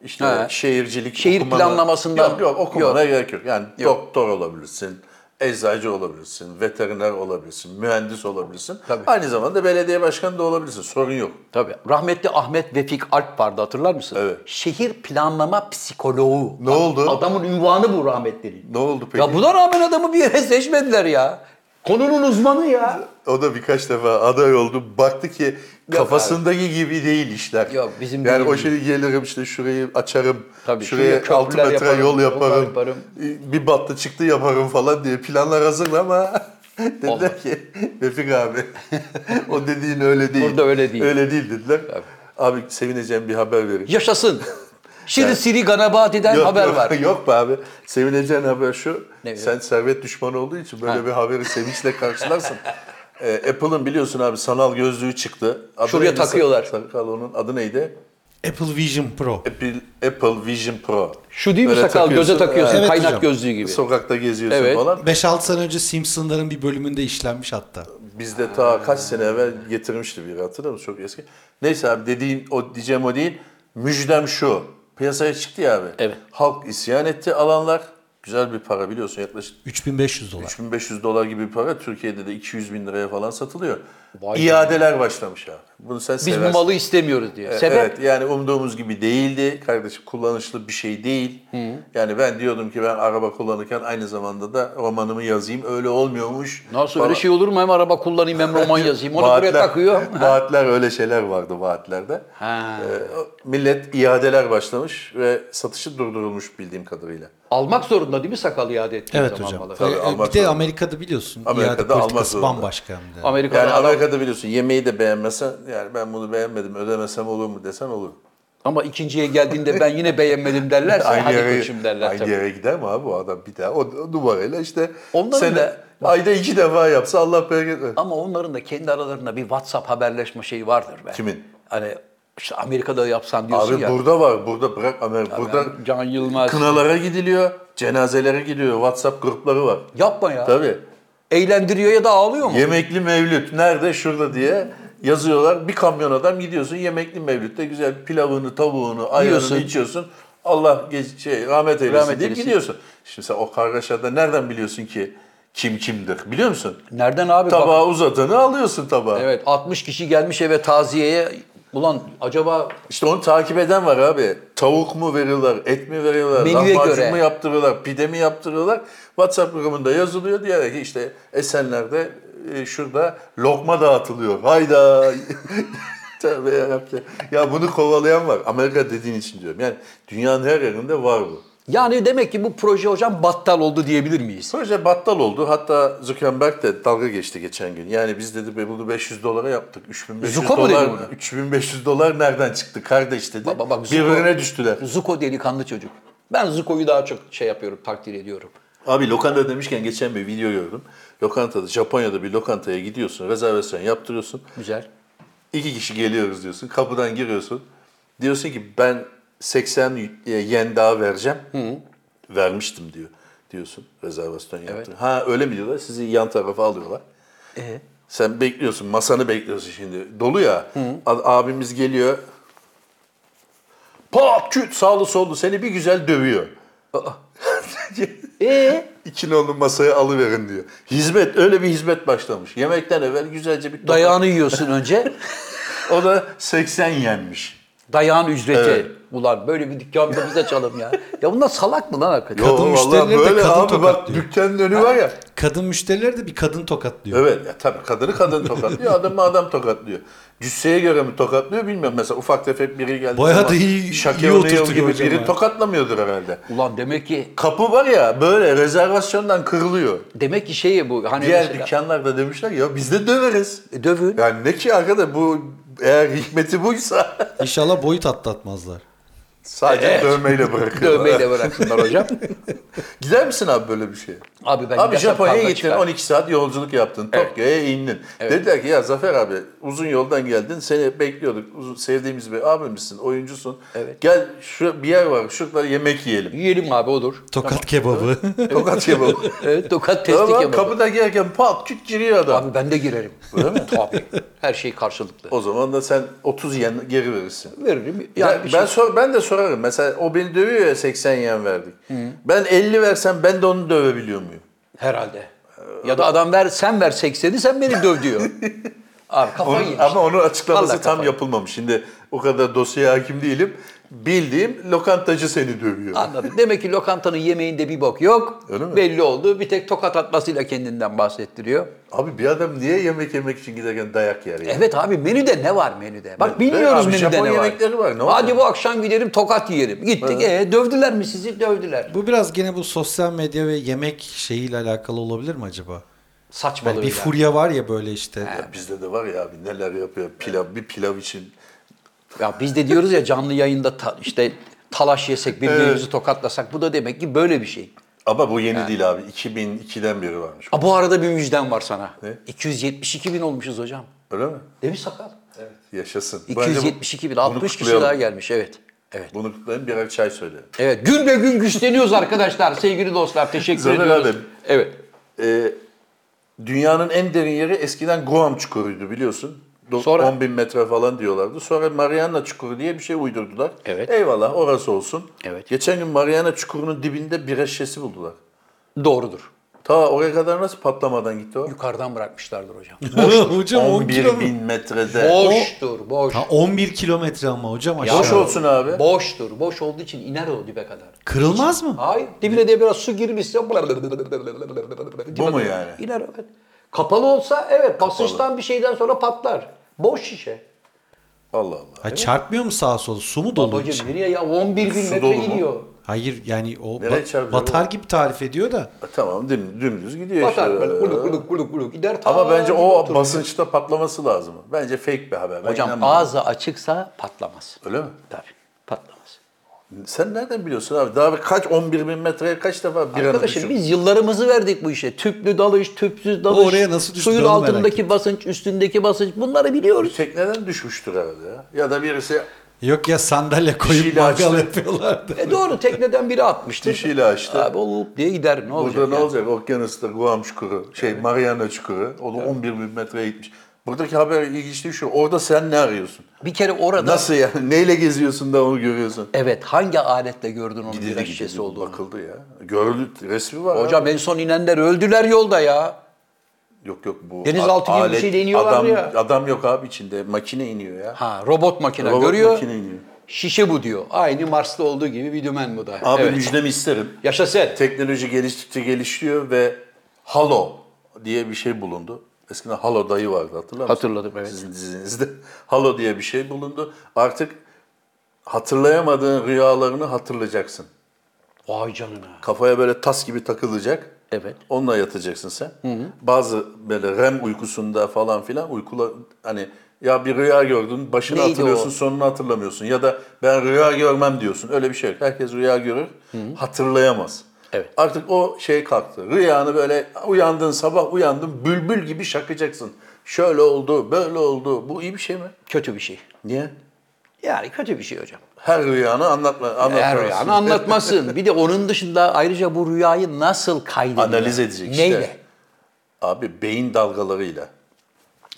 Speaker 2: İşte
Speaker 3: He.
Speaker 2: şehircilik
Speaker 3: Şehir
Speaker 2: okumana-
Speaker 3: planlamasından-
Speaker 2: Yok yok okumana
Speaker 3: Yok.
Speaker 2: gerek yok. Yani doktor olabilirsin, eczacı olabilirsin, veteriner olabilirsin, mühendis olabilirsin.
Speaker 3: Tabii.
Speaker 2: Aynı zamanda belediye başkanı da olabilirsin. Sorun yok.
Speaker 3: Tabii. Rahmetli Ahmet Vefik Alp vardı hatırlar mısın?
Speaker 2: Evet.
Speaker 3: Şehir planlama psikoloğu.
Speaker 2: Ne oldu?
Speaker 3: Adamın ünvanı bu rahmetlinin.
Speaker 2: Ne oldu peki?
Speaker 3: Ya buna rağmen adamı bir yere seçmediler ya. Konunun uzmanı ya.
Speaker 2: O da birkaç defa aday oldu. Baktı ki kafasındaki gibi değil işler.
Speaker 3: Yok, bizim
Speaker 2: yani
Speaker 3: değil.
Speaker 2: o şeyi gelirim işte şurayı açarım.
Speaker 3: Tabii, şuraya
Speaker 2: şuraya 6
Speaker 3: köprüler
Speaker 2: metre
Speaker 3: yaparım,
Speaker 2: yol
Speaker 3: yollar
Speaker 2: yaparım. E,
Speaker 3: yaparım.
Speaker 2: Bir battı çıktı yaparım falan diye planlar hazır ama dediler
Speaker 3: Olmaz.
Speaker 2: ki Vefik abi o dediğin öyle değil.
Speaker 3: Burada öyle değil.
Speaker 2: Öyle değil dediler. Abi sevineceğim bir haber vereyim.
Speaker 3: Yaşasın. Şimdi Siri Ganabati'den haber
Speaker 2: yok,
Speaker 3: var.
Speaker 2: Yok be abi. Sevineceğin haber şu.
Speaker 3: Ne?
Speaker 2: sen servet düşmanı olduğu için böyle bir haberi sevinçle karşılarsın. Ee, Apple'ın biliyorsun abi sanal gözlüğü çıktı. Adı
Speaker 3: Şuraya
Speaker 2: neydi?
Speaker 3: takıyorlar.
Speaker 2: Sakal onun adı neydi?
Speaker 4: Apple Vision Pro.
Speaker 2: Apple, Apple Vision Pro.
Speaker 3: Şu değil mi
Speaker 2: Böyle
Speaker 3: sakal? Göze takıyorsun.
Speaker 4: Evet
Speaker 3: kaynak
Speaker 4: hocam.
Speaker 3: gözlüğü gibi.
Speaker 2: Sokakta geziyorsun
Speaker 3: Evet.
Speaker 2: falan.
Speaker 4: 5-6 sene önce Simpsonların bir bölümünde işlenmiş hatta.
Speaker 2: Bizde ta kaç sene evvel getirmişti bir hatırlar mısın? Çok eski. Neyse abi dediğin o diyeceğim o değil. Müjdem şu. Piyasaya çıktı ya abi.
Speaker 3: Evet.
Speaker 2: Halk isyan etti alanlar. Güzel bir para biliyorsun yaklaşık
Speaker 4: 3500 dolar.
Speaker 2: 3500 dolar gibi bir para Türkiye'de de 200 bin liraya falan satılıyor.
Speaker 3: Vay be.
Speaker 2: İadeler başlamış abi. Bunu sen
Speaker 3: Biz
Speaker 2: seversin.
Speaker 3: bu malı istemiyoruz diye.
Speaker 2: E,
Speaker 3: Sebep?
Speaker 2: Evet yani umduğumuz gibi değildi. Kardeşim kullanışlı bir şey değil. Yani ben diyordum ki ben araba kullanırken aynı zamanda da romanımı yazayım. Öyle olmuyormuş.
Speaker 3: Nasıl
Speaker 2: falan.
Speaker 3: öyle şey olur mu? Hem araba kullanayım hem roman yazayım. Onu buraya
Speaker 2: Vaatler-
Speaker 3: takıyor.
Speaker 2: Vaatler öyle şeyler vardı vaatlerde.
Speaker 3: Ha.
Speaker 2: E, o- millet iadeler başlamış ve satışı durdurulmuş bildiğim kadarıyla.
Speaker 3: Almak zorunda değil mi sakal iade ettiği
Speaker 4: Evet
Speaker 3: zaman
Speaker 4: hocam.
Speaker 3: malı?
Speaker 2: Tabii,
Speaker 4: Ee,
Speaker 2: almak
Speaker 4: bir de
Speaker 2: zorunda.
Speaker 4: Amerika'da biliyorsun
Speaker 2: Amerika'da
Speaker 4: iade
Speaker 2: almak
Speaker 4: politikası
Speaker 2: zorunda.
Speaker 4: bambaşka hem de.
Speaker 3: Amerika'da
Speaker 2: Yani
Speaker 3: adam-
Speaker 2: Amerika'da biliyorsun yemeği de beğenmesen yani ben bunu beğenmedim ödemesem olur mu desen olur.
Speaker 3: Ama ikinciye geldiğinde ben yine beğenmedim derler. şey hadi koçum derler
Speaker 2: aynı
Speaker 3: tabii.
Speaker 2: yere gider mi abi bu adam bir daha? O, o numarayla işte
Speaker 3: Onların
Speaker 2: sene-
Speaker 3: da-
Speaker 2: ayda iki defa yapsa Allah bereket versin.
Speaker 3: Ama onların da kendi aralarında bir WhatsApp haberleşme şeyi vardır be.
Speaker 2: Kimin?
Speaker 3: Hani işte Amerika'da yapsan diyorsun
Speaker 2: Abi
Speaker 3: ya.
Speaker 2: burada var, burada bırak Amerika. Burada
Speaker 3: Can Yılmaz.
Speaker 2: kınalara gidiliyor, cenazelere gidiliyor, WhatsApp grupları var.
Speaker 3: Yapma ya.
Speaker 2: Tabii.
Speaker 3: Eğlendiriyor ya da ağlıyor mu?
Speaker 2: Yemekli Mevlüt nerede? Şurada diye yazıyorlar. Bir kamyon adam gidiyorsun Yemekli Mevlüt'te güzel pilavını, tavuğunu, ayranını
Speaker 3: Yiyorsun.
Speaker 2: içiyorsun. Allah gez- şey, rahmet eylesin
Speaker 3: Rahmet
Speaker 2: deyip
Speaker 3: eylesin.
Speaker 2: gidiyorsun. Şimdi sen o kargaşada nereden biliyorsun ki kim kimdir biliyor musun?
Speaker 3: Nereden abi? bak-
Speaker 2: Tabağı uzatanı alıyorsun tabağı.
Speaker 3: Evet 60 kişi gelmiş eve taziyeye. Ulan acaba
Speaker 2: İşte onu takip eden var abi. Tavuk mu veriyorlar, et mi veriyorlar,
Speaker 3: Menüye
Speaker 2: lahmacun
Speaker 3: göre.
Speaker 2: mu yaptırıyorlar, pide mi yaptırıyorlar. WhatsApp grubunda yazılıyor diyor ki işte Esenler'de e, şurada lokma dağıtılıyor. Hayda. Tövbe yarabbim. Ya bunu kovalayan var. Amerika dediğin için diyorum. Yani dünyanın her yerinde var bu.
Speaker 3: yani demek ki bu proje hocam battal oldu diyebilir miyiz?
Speaker 2: Proje battal oldu. Hatta Zuckerberg de dalga geçti geçen gün. Yani biz dedi "Be bunu 500 dolara yaptık. 3500
Speaker 3: Zuko mu dedi
Speaker 2: dolar.
Speaker 3: bunu?
Speaker 2: 3500 dolar nereden çıktı kardeş dedi.
Speaker 3: Baba bak Zuko-
Speaker 2: Birbirine düştüler.
Speaker 3: Zuko delikanlı çocuk. Ben Zuko'yu daha çok şey yapıyorum, takdir ediyorum.
Speaker 2: Abi lokanta demişken geçen bir video gördüm. Lokantada Japonya'da bir lokantaya gidiyorsun, rezervasyon yaptırıyorsun.
Speaker 3: Güzel.
Speaker 2: İki kişi geliyoruz diyorsun. Kapıdan giriyorsun. Diyorsun ki ben 80 yen daha vereceğim. Vermiştim diyor. Diyorsun rezervasyon yaptın. Ha öyle mi diyorlar? Sizi yan tarafa alıyorlar. Sen bekliyorsun, masanı bekliyorsun şimdi. Dolu ya. A- Abimiz geliyor. Pat küt sağlı sollu seni bir güzel dövüyor.
Speaker 3: Ee?
Speaker 2: İki nolu masaya alıverin diyor. Hizmet, öyle bir hizmet başlamış. Yemekten evvel güzelce bir tokat.
Speaker 3: Dayağını yiyorsun önce.
Speaker 2: O da 80 yenmiş.
Speaker 3: Dayağın ücreti.
Speaker 2: Evet.
Speaker 3: Ulan böyle bir dükkanda bize çalım ya. Ya bunlar salak mı lan hakikaten?
Speaker 4: Kadın
Speaker 2: Yo, vallahi
Speaker 4: müşterileri de
Speaker 2: böyle
Speaker 4: kadın
Speaker 2: abi bak
Speaker 4: tokatlıyor.
Speaker 2: dükkanın önü var ya.
Speaker 4: Kadın müşteriler de bir kadın tokatlıyor.
Speaker 2: Evet ya tabii kadını kadın tokatlıyor, adamı adam tokatlıyor. Cüsseye göre mi tokatlıyor bilmiyorum. Mesela ufak tefek biri geldi.
Speaker 4: Bayağı da iyi- iyi oturtuyor
Speaker 2: gibi
Speaker 4: hocam
Speaker 2: biri
Speaker 4: ya.
Speaker 2: tokatlamıyordur herhalde.
Speaker 3: Ulan demek ki
Speaker 2: Kapı var ya böyle rezervasyondan kırılıyor.
Speaker 3: demek ki şeyi bu hani
Speaker 2: Diğer
Speaker 3: mesela-
Speaker 2: dükkanlarda demişler ya biz de döveriz.
Speaker 3: E, dövün.
Speaker 2: Yani ne ki arkadaş bu eğer hikmeti buysa
Speaker 4: İnşallah boyut atlatmazlar.
Speaker 2: sadece dövmeyle bırakıyorlar.
Speaker 3: Dövmeyi de bıraksınlar hocam.
Speaker 2: Gider misin abi böyle bir şeye?
Speaker 3: Abi ben
Speaker 2: abi
Speaker 3: gidersem
Speaker 2: Japonya'ya
Speaker 3: kavga
Speaker 2: gittin,
Speaker 3: çıkar.
Speaker 2: 12 saat yolculuk yaptın, Tokyo'ya indin. Dediler ki ya Zafer abi uzun yoldan geldin, seni bekliyorduk. Uzun, sevdiğimiz bir abimizsin, oyuncusun. Gel şu bir yer var, şurada yemek yiyelim.
Speaker 3: Yiyelim abi olur.
Speaker 4: Tokat kebabı.
Speaker 2: Tokat yemem.
Speaker 3: Evet, tokat testi
Speaker 2: Tamam,
Speaker 3: kebabı.
Speaker 2: kapıda girerken pat küt giriyor adam.
Speaker 3: Abi ben de girerim. Öyle mi? Tabii. Her şey karşılıklı.
Speaker 2: O zaman da sen 30 yen geri verirsin.
Speaker 3: Veririm.
Speaker 2: Yani
Speaker 3: Yani
Speaker 2: ben,
Speaker 3: bir şey-
Speaker 2: sor, ben de sorarım. Mesela o beni dövüyor ya 80 yen verdik. Ben 50 versem ben de onu dövebiliyor muyum?
Speaker 3: herhalde. Ya da adam ver sen ver 80'i sen beni döv diyor. Abi
Speaker 2: Onu-
Speaker 3: kafayı yemiş.
Speaker 2: ama onun açıklaması
Speaker 3: Vallahi
Speaker 2: tam
Speaker 3: kafayı.
Speaker 2: yapılmamış. Şimdi o kadar dosyaya hakim değilim. Bildiğim lokantacı seni dövüyor.
Speaker 3: Anladım. Demek ki lokantanın yemeğinde bir bok yok.
Speaker 2: Öyle mi?
Speaker 3: Belli oldu. Bir tek tokat atmasıyla kendinden bahsettiriyor.
Speaker 2: Abi bir adam niye yemek yemek için giderken dayak yer ya?
Speaker 3: Evet abi menüde ne var menüde? Bak
Speaker 2: Evet,
Speaker 3: bilmiyoruz
Speaker 2: abi
Speaker 3: menüde
Speaker 2: Japon
Speaker 3: ne var.
Speaker 2: yemekleri var, ne var?
Speaker 3: Hadi bu akşam gidelim tokat yiyelim. Gittik. E, dövdüler mi sizi? Dövdüler.
Speaker 4: bu biraz gene bu sosyal medya ve yemek şeyiyle alakalı olabilir mi acaba?
Speaker 3: Saçmalıyor.
Speaker 4: Yani bir
Speaker 3: ya.
Speaker 4: furya var ya böyle işte.
Speaker 2: Ya bizde de var ya abi neler yapıyor pilav bir pilav için.
Speaker 3: Ya biz de diyoruz ya canlı yayında ta- işte talaş yesek, birbirimizi tokatlasak. Bu da demek ki böyle bir şey.
Speaker 2: Ama bu yeni değil abi. 2002'den beri varmış.
Speaker 3: Aa, bu arada bir müjdem var sana.
Speaker 2: Ne?
Speaker 3: 272 bin olmuşuz hocam.
Speaker 2: Öyle mi?
Speaker 3: Değil mi sakal?
Speaker 2: Yaşasın. Bence bu-
Speaker 3: 272 bin.
Speaker 2: bunu
Speaker 3: 60 kişi
Speaker 2: kutlayalım.
Speaker 3: daha gelmiş. Evet. Evet.
Speaker 2: Bunu kutlayalım birer çay söyleyelim.
Speaker 3: Evet. Gün be gün güçleniyoruz arkadaşlar. Sevgili dostlar teşekkür
Speaker 2: Zafer
Speaker 3: ediyoruz.
Speaker 2: abi.
Speaker 3: Evet.
Speaker 2: Ee, dünyanın en derin yeri eskiden Guam çukuruydu biliyorsun. Do-
Speaker 3: Sonra-
Speaker 2: 10 bin metre falan diyorlardı. Sonra Mariana Çukuru diye bir şey uydurdular.
Speaker 3: Evet.
Speaker 2: Eyvallah orası olsun.
Speaker 3: Evet.
Speaker 2: Geçen gün Mariana Çukuru'nun dibinde bira şişesi buldular.
Speaker 3: Doğrudur.
Speaker 2: Ta oraya kadar nasıl patlamadan gitti o?
Speaker 3: Yukarıdan bırakmışlardır hocam.
Speaker 4: hocam 10
Speaker 2: 11
Speaker 4: kilo.
Speaker 2: bin metrede.
Speaker 3: Boştur, boş.
Speaker 4: Ha, 11 kilometre ama hocam aşağı.
Speaker 2: Boş olsun abi.
Speaker 3: Boştur. Boş olduğu için iner o dibe kadar.
Speaker 4: Kırılmaz mı?
Speaker 3: Hayır. Dibine de biraz su girmişse
Speaker 2: Bu mu yani?
Speaker 3: İner evet. Kapalı olsa evet basınçtan bir şeyden sonra patlar. Boş şişe.
Speaker 2: Allah Allah.
Speaker 4: Ha, çarpmıyor mu sağa sola? Su mu dolu
Speaker 3: Babacım
Speaker 4: içi?
Speaker 3: nereye ya 11 bin
Speaker 2: Su
Speaker 3: metre
Speaker 2: dolu mu?
Speaker 3: gidiyor.
Speaker 4: Hayır yani o
Speaker 2: Nereye
Speaker 4: ba-
Speaker 2: çarpıyor
Speaker 4: batar
Speaker 2: bu?
Speaker 4: gibi tarif ediyor da.
Speaker 2: E, Tamam dim, dümdüz gidiyor
Speaker 3: Batar
Speaker 2: işte.
Speaker 3: böyle kuluk kuluk kuluk kuluk gider. ta
Speaker 2: Ama bence
Speaker 3: dibe
Speaker 2: o
Speaker 3: oturur.
Speaker 2: basınçta patlaması lazım. Bence fake bir haber. Ben
Speaker 3: Hocam
Speaker 2: inanmıyorum.
Speaker 3: ağzı açıksa patlamaz.
Speaker 2: Öyle mi?
Speaker 3: Tabii. patlamaz.
Speaker 2: Sen nereden biliyorsun abi? Daha kaç 11 bin metreye kaç defa bir anı
Speaker 3: Arkadaşım
Speaker 2: düşürdün?
Speaker 3: biz yıllarımızı verdik bu işe. Tüplü dalış, tüpsüz dalış,
Speaker 4: oraya nasıl düştü
Speaker 3: suyun
Speaker 4: onu merak
Speaker 3: altındaki basınç, üstündeki basınç bunları biliyoruz.
Speaker 2: Tekneden düşmüştür herhalde ya. Ya da birisi
Speaker 4: Yok ya sandalye koyup
Speaker 2: Dişiyle
Speaker 4: mangal
Speaker 2: açtı.
Speaker 4: yapıyorlardı.
Speaker 3: E doğru tekneden biri atmıştı.
Speaker 2: Dişiyle açtı.
Speaker 3: Abi o vup diye gider ne olacak?
Speaker 2: burada ne
Speaker 3: yani?
Speaker 2: olacak? Okyanusta Guam çukuru, şey Mariana çukuru. O da 11 bin metreye gitmiş. Buradaki haber ilginçliği şu. Orada sen ne arıyorsun?
Speaker 3: Bir kere orada
Speaker 2: Nasıl yani? Neyle geziyorsun da onu görüyorsun?
Speaker 3: evet hangi aletle gördün onun
Speaker 2: Gidildi,
Speaker 3: bir şişesi
Speaker 2: gidildi,
Speaker 3: olduğunu?
Speaker 2: Bakıldı ya. Görüldü. Resmi var.
Speaker 3: Hocam en son inenler öldüler yolda ya.
Speaker 2: abi. Yok yok bu.
Speaker 3: Denizaltı gibi bir
Speaker 2: alet-
Speaker 3: şeyle iniyorlar
Speaker 2: adam,
Speaker 3: ya.
Speaker 2: Adam yok abi içinde. Makine iniyor ya.
Speaker 3: Ha robot makine
Speaker 2: Robot
Speaker 3: görüyor.
Speaker 2: makine iniyor.
Speaker 3: Şişe bu diyor. Aynı Mars'ta olduğu gibi bir dümen bu da.
Speaker 2: Abi
Speaker 3: evet.
Speaker 2: müjdemi isterim.
Speaker 3: Yaşa sen.
Speaker 2: Teknoloji geliştikçe gelişiyor ve Halo diye bir şey bulundu. Eskiden Halo dayı vardı hatırlar mısın?
Speaker 3: Hatırladım, evet.
Speaker 2: Sizin dizinizde. Halo diye bir şey bulundu. Artık hatırlayamadığın rüyalarını hatırlayacaksın.
Speaker 3: Vay canına.
Speaker 2: Kafaya böyle tas gibi takılacak.
Speaker 3: Evet.
Speaker 2: Onunla yatacaksın sen. Bazı böyle REM uykusunda falan filan uykula hani ya bir rüya gördün, başını
Speaker 3: Neydi
Speaker 2: hatırlıyorsun,
Speaker 3: o?
Speaker 2: sonunu hatırlamıyorsun. Ya da ben rüya görmem diyorsun. Öyle bir şey yok. Herkes rüya görür, hatırlayamaz.
Speaker 3: Evet.
Speaker 2: Artık o şey kalktı. Rüyanı böyle uyandın, sabah uyandın, bülbül gibi şakacaksın. Şöyle oldu, böyle oldu. Bu iyi bir şey mi?
Speaker 3: Kötü bir şey.
Speaker 2: Niye?
Speaker 3: Yani kötü bir şey hocam.
Speaker 2: Her rüyanı anlatma,
Speaker 3: Her
Speaker 2: anlatmazsın.
Speaker 3: rüyanı anlatmasın. Bir de onun dışında ayrıca bu rüyayı nasıl kaydediyor?
Speaker 2: Analiz edecek işte.
Speaker 3: Neyle?
Speaker 2: Abi beyin dalgalarıyla.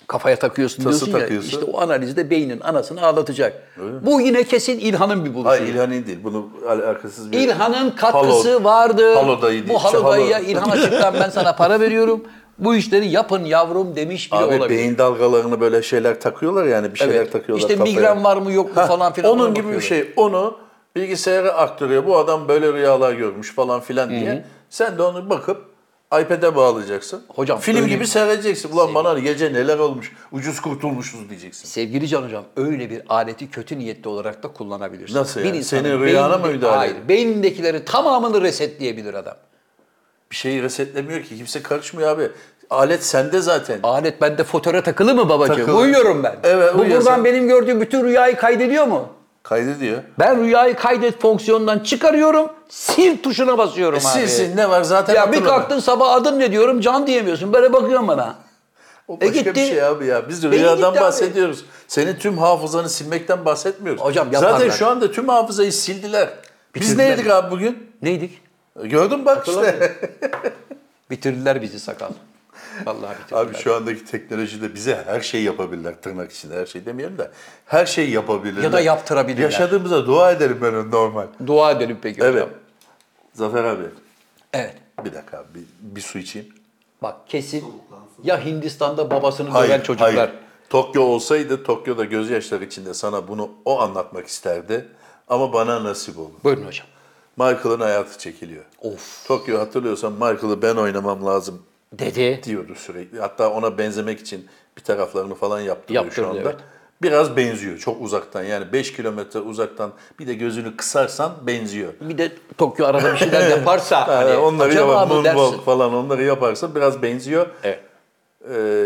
Speaker 3: Kafaya takıyorsun
Speaker 2: Tası
Speaker 3: diyorsun
Speaker 2: takıyorsun.
Speaker 3: ya. İşte o analizde beynin anasını ağlatacak. Bu yine kesin İlhan'ın bir buluşu.
Speaker 2: Hayır İlhan'ın değil. Bunu alakasız bir...
Speaker 3: Şey- İlhan'ın katkısı
Speaker 2: Halo-
Speaker 3: vardı.
Speaker 2: Halo dayı değil.
Speaker 3: Bu
Speaker 2: Şey,
Speaker 3: Halo
Speaker 2: Halo-
Speaker 3: dayıya İlhan açıktan ben sana para veriyorum. Bu işleri yapın yavrum demiş bile
Speaker 2: Abi
Speaker 3: olabilir.
Speaker 2: beyin dalgalarını böyle şeyler takıyorlar yani bir şeyler
Speaker 3: Evet.
Speaker 2: takıyorlar
Speaker 3: İşte
Speaker 2: kafaya.
Speaker 3: migren var mı yok mu
Speaker 2: Heh,
Speaker 3: falan filan. ona
Speaker 2: Onun gibi bir
Speaker 3: bakıyorlar.
Speaker 2: şey. Onu bilgisayara aktarıyor. Bu adam böyle rüyalar görmüş falan filan diye. Sen de onu bakıp iPad'e bağlayacaksın.
Speaker 3: Hocam,
Speaker 2: Film
Speaker 3: öyle-
Speaker 2: gibi seyredeceksin. Ulan bana hani gece neler olmuş. Ucuz kurtulmuşuz diyeceksin.
Speaker 3: Sevgili Can Hocam öyle bir aleti kötü niyetli olarak da kullanabilirsin.
Speaker 2: Nasıl yani?
Speaker 3: insanın
Speaker 2: Senin rüyana
Speaker 3: beyninde-
Speaker 2: mı müdahale
Speaker 3: Hayır.
Speaker 2: ediyor?
Speaker 3: Beynindekileri tamamını resetleyebilir adam.
Speaker 2: Bir şeyi resetlemiyor ki. Kimse karışmıyor abi. Alet sende zaten.
Speaker 3: Alet bende fotoğrafa takılı mı babacığım?
Speaker 2: Takılı.
Speaker 3: Uyuyorum ben.
Speaker 2: Evet,
Speaker 3: Bu
Speaker 2: uyuyorsun.
Speaker 3: buradan benim gördüğüm bütün rüyayı kaydediyor mu?
Speaker 2: Kaydediyor.
Speaker 3: Ben rüyayı kaydet fonksiyonundan çıkarıyorum. Sil tuşuna
Speaker 2: E,
Speaker 3: basıyorum abi.
Speaker 2: Silsin ne var zaten
Speaker 3: Ya bir
Speaker 2: hatırlamıyor.
Speaker 3: kalktın sabah adın ne diyorum can diyemiyorsun. Böyle bakıyorsun bana.
Speaker 2: O başka
Speaker 3: gitti.
Speaker 2: bir şey abi ya. Biz
Speaker 3: Beyin
Speaker 2: rüyadan
Speaker 3: gitti E abi.
Speaker 2: bahsediyoruz. Senin tüm hafızanı silmekten bahsetmiyoruz.
Speaker 3: Hocam
Speaker 2: Zaten
Speaker 3: yaparlar.
Speaker 2: şu anda tüm hafızayı sildiler. Biz
Speaker 3: Bitirdiler.
Speaker 2: neydik abi bugün? E,
Speaker 3: Neydik?
Speaker 2: Gördün bak işte.
Speaker 3: Bitirdiler bizi sakal. Vallahi bitirdiler.
Speaker 2: Abi şu andaki teknolojide bize her şeyi yapabilirler tırnak içinde her şey demeyelim de her şeyi yapabilirler.
Speaker 3: Ya da yaptırabilirler.
Speaker 2: Yaşadığımıza dua ederim ben normal.
Speaker 3: Dua edelim peki hocam.
Speaker 2: Evet. Zafer abi
Speaker 3: Evet.
Speaker 2: bir dakika abi bir, bir su içeyim.
Speaker 3: Bak kesin ya Hindistan'da babasını
Speaker 2: Hayır,
Speaker 3: döven çocuklar.
Speaker 2: hayır. Tokyo olsaydı Tokyo'da gözyaşları içinde sana bunu o anlatmak isterdi. Ama bana nasip oldu.
Speaker 3: Buyurun hocam.
Speaker 2: Michael'ın hayatı çekiliyor.
Speaker 3: Of.
Speaker 2: Tokyo hatırlıyorsan Michael'ı ben oynamam lazım
Speaker 3: Dedi.
Speaker 2: diyordu sürekli. Hatta ona benzemek için bir taraflarını falan yaptırıyor şu anda.
Speaker 3: Yaptırdı, evet.
Speaker 2: Biraz benziyor çok uzaktan yani 5 kilometre uzaktan bir de gözünü kısarsan benziyor.
Speaker 3: Bir de Tokyo arada bir şeyler yaparsa.
Speaker 2: Yani
Speaker 3: hani,
Speaker 2: onları
Speaker 3: hocam
Speaker 2: yapar,
Speaker 3: abi dersin.
Speaker 2: moonwalk falan onları yaparsa biraz benziyor.
Speaker 3: Evet.
Speaker 2: Ee,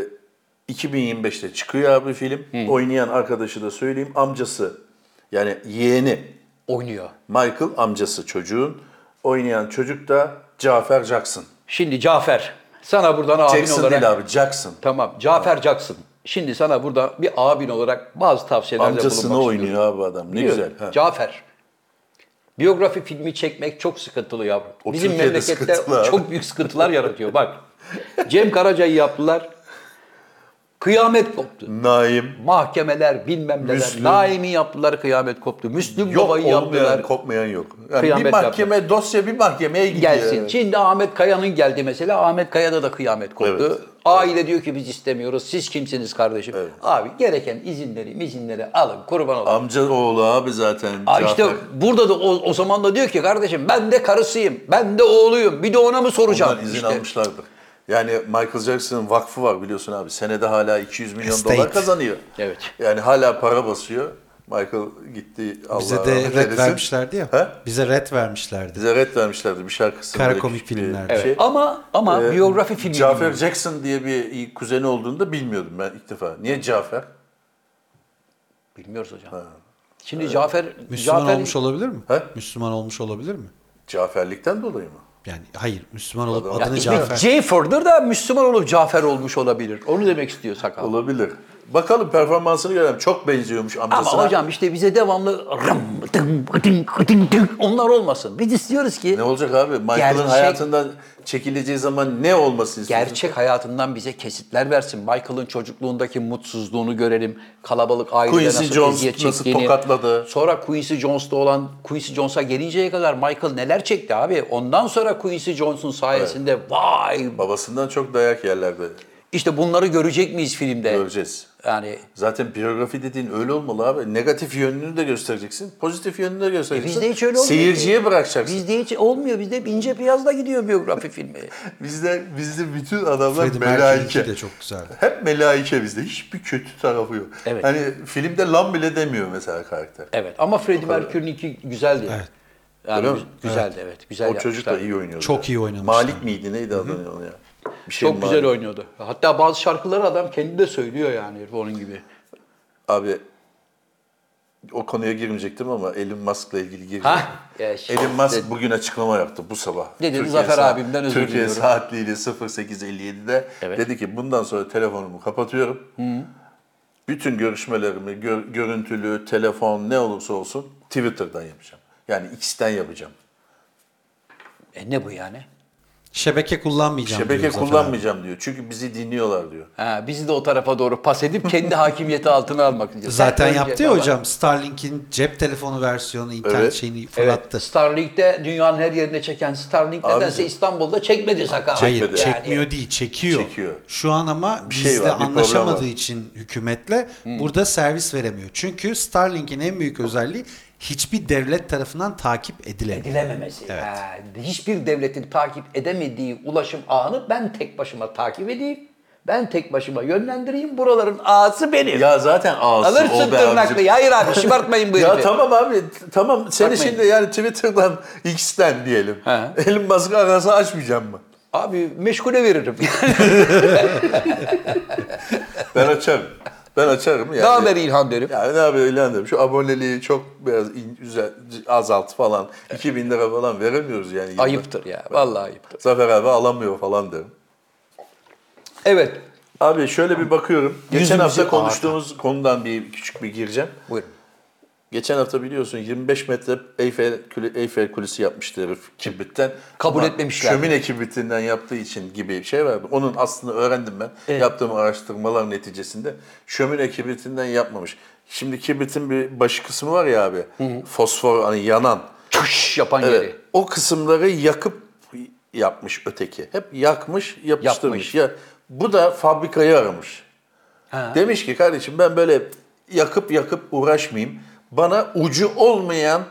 Speaker 2: 2025'te çıkıyor abi film. Oynayan arkadaşı da söyleyeyim amcası yani yeğeni
Speaker 3: Oynuyor.
Speaker 2: Michael amcası çocuğun. Oynayan çocuk da Cafer Jackson.
Speaker 3: Şimdi Cafer sana buradan abin
Speaker 2: Jackson
Speaker 3: olarak.
Speaker 2: değil abi Jackson.
Speaker 3: Tamam Cafer Jackson. Şimdi sana burada bir abin olarak bazı tavsiyelerde
Speaker 2: Amcasını
Speaker 3: bulunmak
Speaker 2: oynuyor
Speaker 3: istiyorum.
Speaker 2: abi adam. Ne
Speaker 3: Biliyorum.
Speaker 2: güzel. Ha.
Speaker 3: Cafer. Biyografi filmi çekmek çok sıkıntılı yavrum.
Speaker 2: O
Speaker 3: Bizim
Speaker 2: Türkiye'de
Speaker 3: memlekette
Speaker 2: sıkıntılı abi.
Speaker 3: çok büyük sıkıntılar yaratıyor. Bak Cem Karaca'yı yaptılar. Kıyamet koptu.
Speaker 2: Naim.
Speaker 3: Mahkemeler bilmem neler.
Speaker 2: Müslüm.
Speaker 3: Naim'i yaptılar kıyamet koptu. Müslüm
Speaker 2: Yok
Speaker 3: Baba'yı
Speaker 2: olmayan,
Speaker 3: yaptılar.
Speaker 2: kopmayan yok. Yani bir
Speaker 3: Kıyamet
Speaker 2: mahkeme, dosya bir mahkemeye gidiyor.
Speaker 3: Gelsin. Şimdi Ahmet Kaya'nın geldi mesela. Ahmet Kaya'da da kıyamet koptu.
Speaker 2: Evet.
Speaker 3: Aile diyor ki biz istemiyoruz. Siz kimsiniz kardeşim? Abi gereken izinleri, mizinleri alın. Kurban olun.
Speaker 2: Amca oğlu abi zaten.
Speaker 3: Aa,
Speaker 2: Cafer.
Speaker 3: işte burada da o, o zaman da diyor ki kardeşim ben de karısıyım. Ben de oğluyum. Bir de ona mı soracağım?
Speaker 2: Ondan izin
Speaker 3: İşte
Speaker 2: almışlardır. Yani Michael Jackson'ın vakfı var biliyorsun abi. Senede hala 200 milyon
Speaker 4: Estate.
Speaker 2: dolar kazanıyor.
Speaker 3: Evet.
Speaker 2: Yani hala para basıyor. Michael gitti Allah
Speaker 4: Bize
Speaker 2: rahmet
Speaker 4: de red
Speaker 2: eylesin.
Speaker 4: vermişlerdi ya.
Speaker 2: He?
Speaker 4: Bize red vermişlerdi.
Speaker 2: Bize red vermişlerdi bir şarkısı.
Speaker 4: Kara
Speaker 2: böyle
Speaker 4: komik
Speaker 2: küçük bir şey.
Speaker 4: filmlerde.
Speaker 3: Evet. Ama ama
Speaker 2: Ee,
Speaker 3: biyografi filmi.
Speaker 2: Cafer
Speaker 3: gibi.
Speaker 2: Jackson diye bir kuzeni olduğunu da bilmiyordum ben ilk defa. Niye Cafer?
Speaker 3: Bilmiyoruz hocam. Şimdi Cafer
Speaker 4: Müslüman
Speaker 3: Cafer
Speaker 4: olmuş olabilir mi?
Speaker 2: He?
Speaker 4: Müslüman olmuş olabilir mi?
Speaker 2: Caferlikten dolayı mı?
Speaker 4: Yani hayır Müslüman olup
Speaker 2: Adam-
Speaker 4: adını
Speaker 3: İbni
Speaker 4: Cafer.
Speaker 3: Cafer'dır da Müslüman olup Cafer olmuş olabilir. Onu demek istiyor sakal.
Speaker 2: Olabilir. Bakalım performansını görelim. Çok benziyormuş
Speaker 3: Ama
Speaker 2: amcasına.
Speaker 3: hocam işte bize devamlı rım, dım, dım, dım, dım, onlar olmasın. Biz istiyoruz ki
Speaker 2: Ne olacak abi? Michael'ın
Speaker 3: Gerçek-
Speaker 2: hayatından çekileceği zaman ne olmasını istiyorsun?
Speaker 3: gerçek hayatından bize kesitler versin. Michael'ın çocukluğundaki mutsuzluğunu görelim. Kalabalık ailede
Speaker 2: Quincy
Speaker 3: nasıl
Speaker 2: Jones
Speaker 3: eziyet
Speaker 2: nasıl
Speaker 3: çektiğini.
Speaker 2: tokatladı?
Speaker 3: Sonra Quincy Jones'ta olan Quincy Jones'a gelinceye kadar Michael neler çekti abi. Ondan sonra Quincy Jones'un sayesinde vay
Speaker 2: Babasından çok dayak yerlerde
Speaker 3: işte bunları görecek miyiz filmde?
Speaker 2: göreceğiz.
Speaker 3: Yani
Speaker 2: Zaten biyografi dediğin öyle olmalı abi. Negatif yönünü de göstereceksin, pozitif yönünü de göstereceksin.
Speaker 3: E Bizde hiç öyle olmuyor.
Speaker 2: Seyirciye bırakacaksın.
Speaker 3: Bizde hiç olmuyor. Bizde hep ince piyazla gidiyor biyografi filmi.
Speaker 2: Bizde bizde bütün adamlar
Speaker 4: Freddie Mercury'inki de
Speaker 2: melaike.
Speaker 4: çok güzeldi.
Speaker 2: Hep melaike bizde. Hiçbir kötü tarafı yok.
Speaker 3: Evet.
Speaker 2: Hani filmde lan bile demiyor mesela karakter.
Speaker 3: Evet ama Freddie Mercury'ninki güzeldi. Evet. Yani
Speaker 2: Öyle mi?
Speaker 3: gü- güzeldi evet. Güzel
Speaker 2: o çocuk da
Speaker 3: yapmışlar.
Speaker 2: iyi oynuyordu.
Speaker 4: Çok iyi oynamışlar.
Speaker 2: Malik miydi neydi adı onun ya? Bir şey
Speaker 3: Çok
Speaker 2: Malik.
Speaker 3: güzel oynuyordu. Hatta bazı şarkıları adam kendi de söylüyor yani herif onun gibi.
Speaker 2: Abi o konuya girmeyecektim ama Elon Musk'la ilgili girdim.
Speaker 3: Ha? Ya şimdi-
Speaker 2: Elon Musk bugün açıklama yaptı bu sabah.
Speaker 3: Ne dedi?
Speaker 2: Türkiye
Speaker 3: Zafer
Speaker 2: saat-
Speaker 3: abimden özür
Speaker 2: Türkiye
Speaker 3: diliyorum.
Speaker 2: saatliğiyle 08.57'de dedi ki bundan sonra telefonumu kapatıyorum. Bütün görüşmelerimi gör- görüntülü, telefon ne olursa olsun Twitter'dan yapacağım. Yani X'ten yapacağım.
Speaker 3: E ne bu yani?
Speaker 4: Şebeke kullanmayacağım
Speaker 2: Şebeke
Speaker 4: diyor Zafer abi.
Speaker 2: Şey, kullanmayacağım diyor. Çünkü bizi dinliyorlar diyor.
Speaker 3: Ha, bizi de o tarafa doğru pas edip kendi hakimiyeti altına almak. için.
Speaker 4: Zaten
Speaker 3: Önce-
Speaker 4: yaptı ya
Speaker 3: Ama-
Speaker 4: hocam Starlink'in cep telefonu versiyonu internet
Speaker 2: Evet.
Speaker 4: şeyini fırlattı.
Speaker 3: Evet, Starlink'te dünyanın her yerine çeken Starlink nedense
Speaker 2: Abicim.
Speaker 3: İstanbul'da çekmedi sakal.
Speaker 4: Hayır
Speaker 2: Çekmedi.
Speaker 4: çekmiyor değil çekiyor.
Speaker 2: Çekiyor.
Speaker 4: Şu an ama
Speaker 2: şey
Speaker 4: bizle
Speaker 2: var, bir problem
Speaker 4: anlaşamadığı
Speaker 2: var. Hmm.
Speaker 4: için hükümetle burada servis veremiyor. Çünkü Starlink'in en büyük özelliği hiçbir devlet tarafından takip edilemiyor.
Speaker 3: edilememesi.
Speaker 4: Evet.
Speaker 3: Ha, hiçbir devletin takip edemediği ulaşım ağını ben tek başıma takip edeyim. Ben tek başıma yönlendireyim. Buraların ağası benim.
Speaker 2: Ya zaten ağzı
Speaker 3: Alırsın
Speaker 2: o be abicim.
Speaker 3: tırnaklıyı. Hayır abi şımartmayın bu
Speaker 2: Ya
Speaker 3: herifi.
Speaker 2: tamam abi t- tamam seni
Speaker 3: Takmayın.
Speaker 2: şimdi yani Twitter'dan X'ten diyelim.
Speaker 3: He.
Speaker 2: Elon Musk'ı arası açmayacağım mı?
Speaker 3: Abi meşgule veririm.
Speaker 2: Ben açarım. Ben açarım yani.
Speaker 3: ne haber İlhan derim.
Speaker 2: Yani ne haber İlhan derim. Şu aboneliği çok biraz in- üze- azalt falan. 2000 lira falan veremiyoruz yani. yılda.
Speaker 3: Ayıptır ya. Vallahi ayıptır.
Speaker 2: Zafer abi alamıyor falan derim.
Speaker 3: Evet.
Speaker 2: Abi şöyle bir bakıyorum. Geçen
Speaker 3: Yüzümüzü
Speaker 2: hafta
Speaker 3: ağırtan.
Speaker 2: konuştuğumuz konudan bir küçük bir gireceğim.
Speaker 3: Buyurun.
Speaker 2: Geçen hafta biliyorsun 25 metre Eyfel, Kule- Eyfel Kulesi yapmıştı herif kibritten.
Speaker 3: Kabul
Speaker 2: Ama
Speaker 3: etmemişler.
Speaker 2: Şömine kibritinden yaptığı için gibi bir şey vardı. Onun aslını öğrendim ben. Yaptığım araştırmalar neticesinde. Şömine kibritinden yapmamış. Şimdi kibritin bir başı kısmı var ya abi. Fosfor hani yanan.
Speaker 3: Çuş yapan
Speaker 2: Evet.
Speaker 3: yeri.
Speaker 2: O kısımları yakıp yapmış öteki. Hep yakmış,
Speaker 3: Yapmış.
Speaker 2: yapıştırmış. Ya bu da fabrikayı aramış. Demiş ki kardeşim ben böyle yakıp yakıp uğraşmayayım. Bana ucu olmayan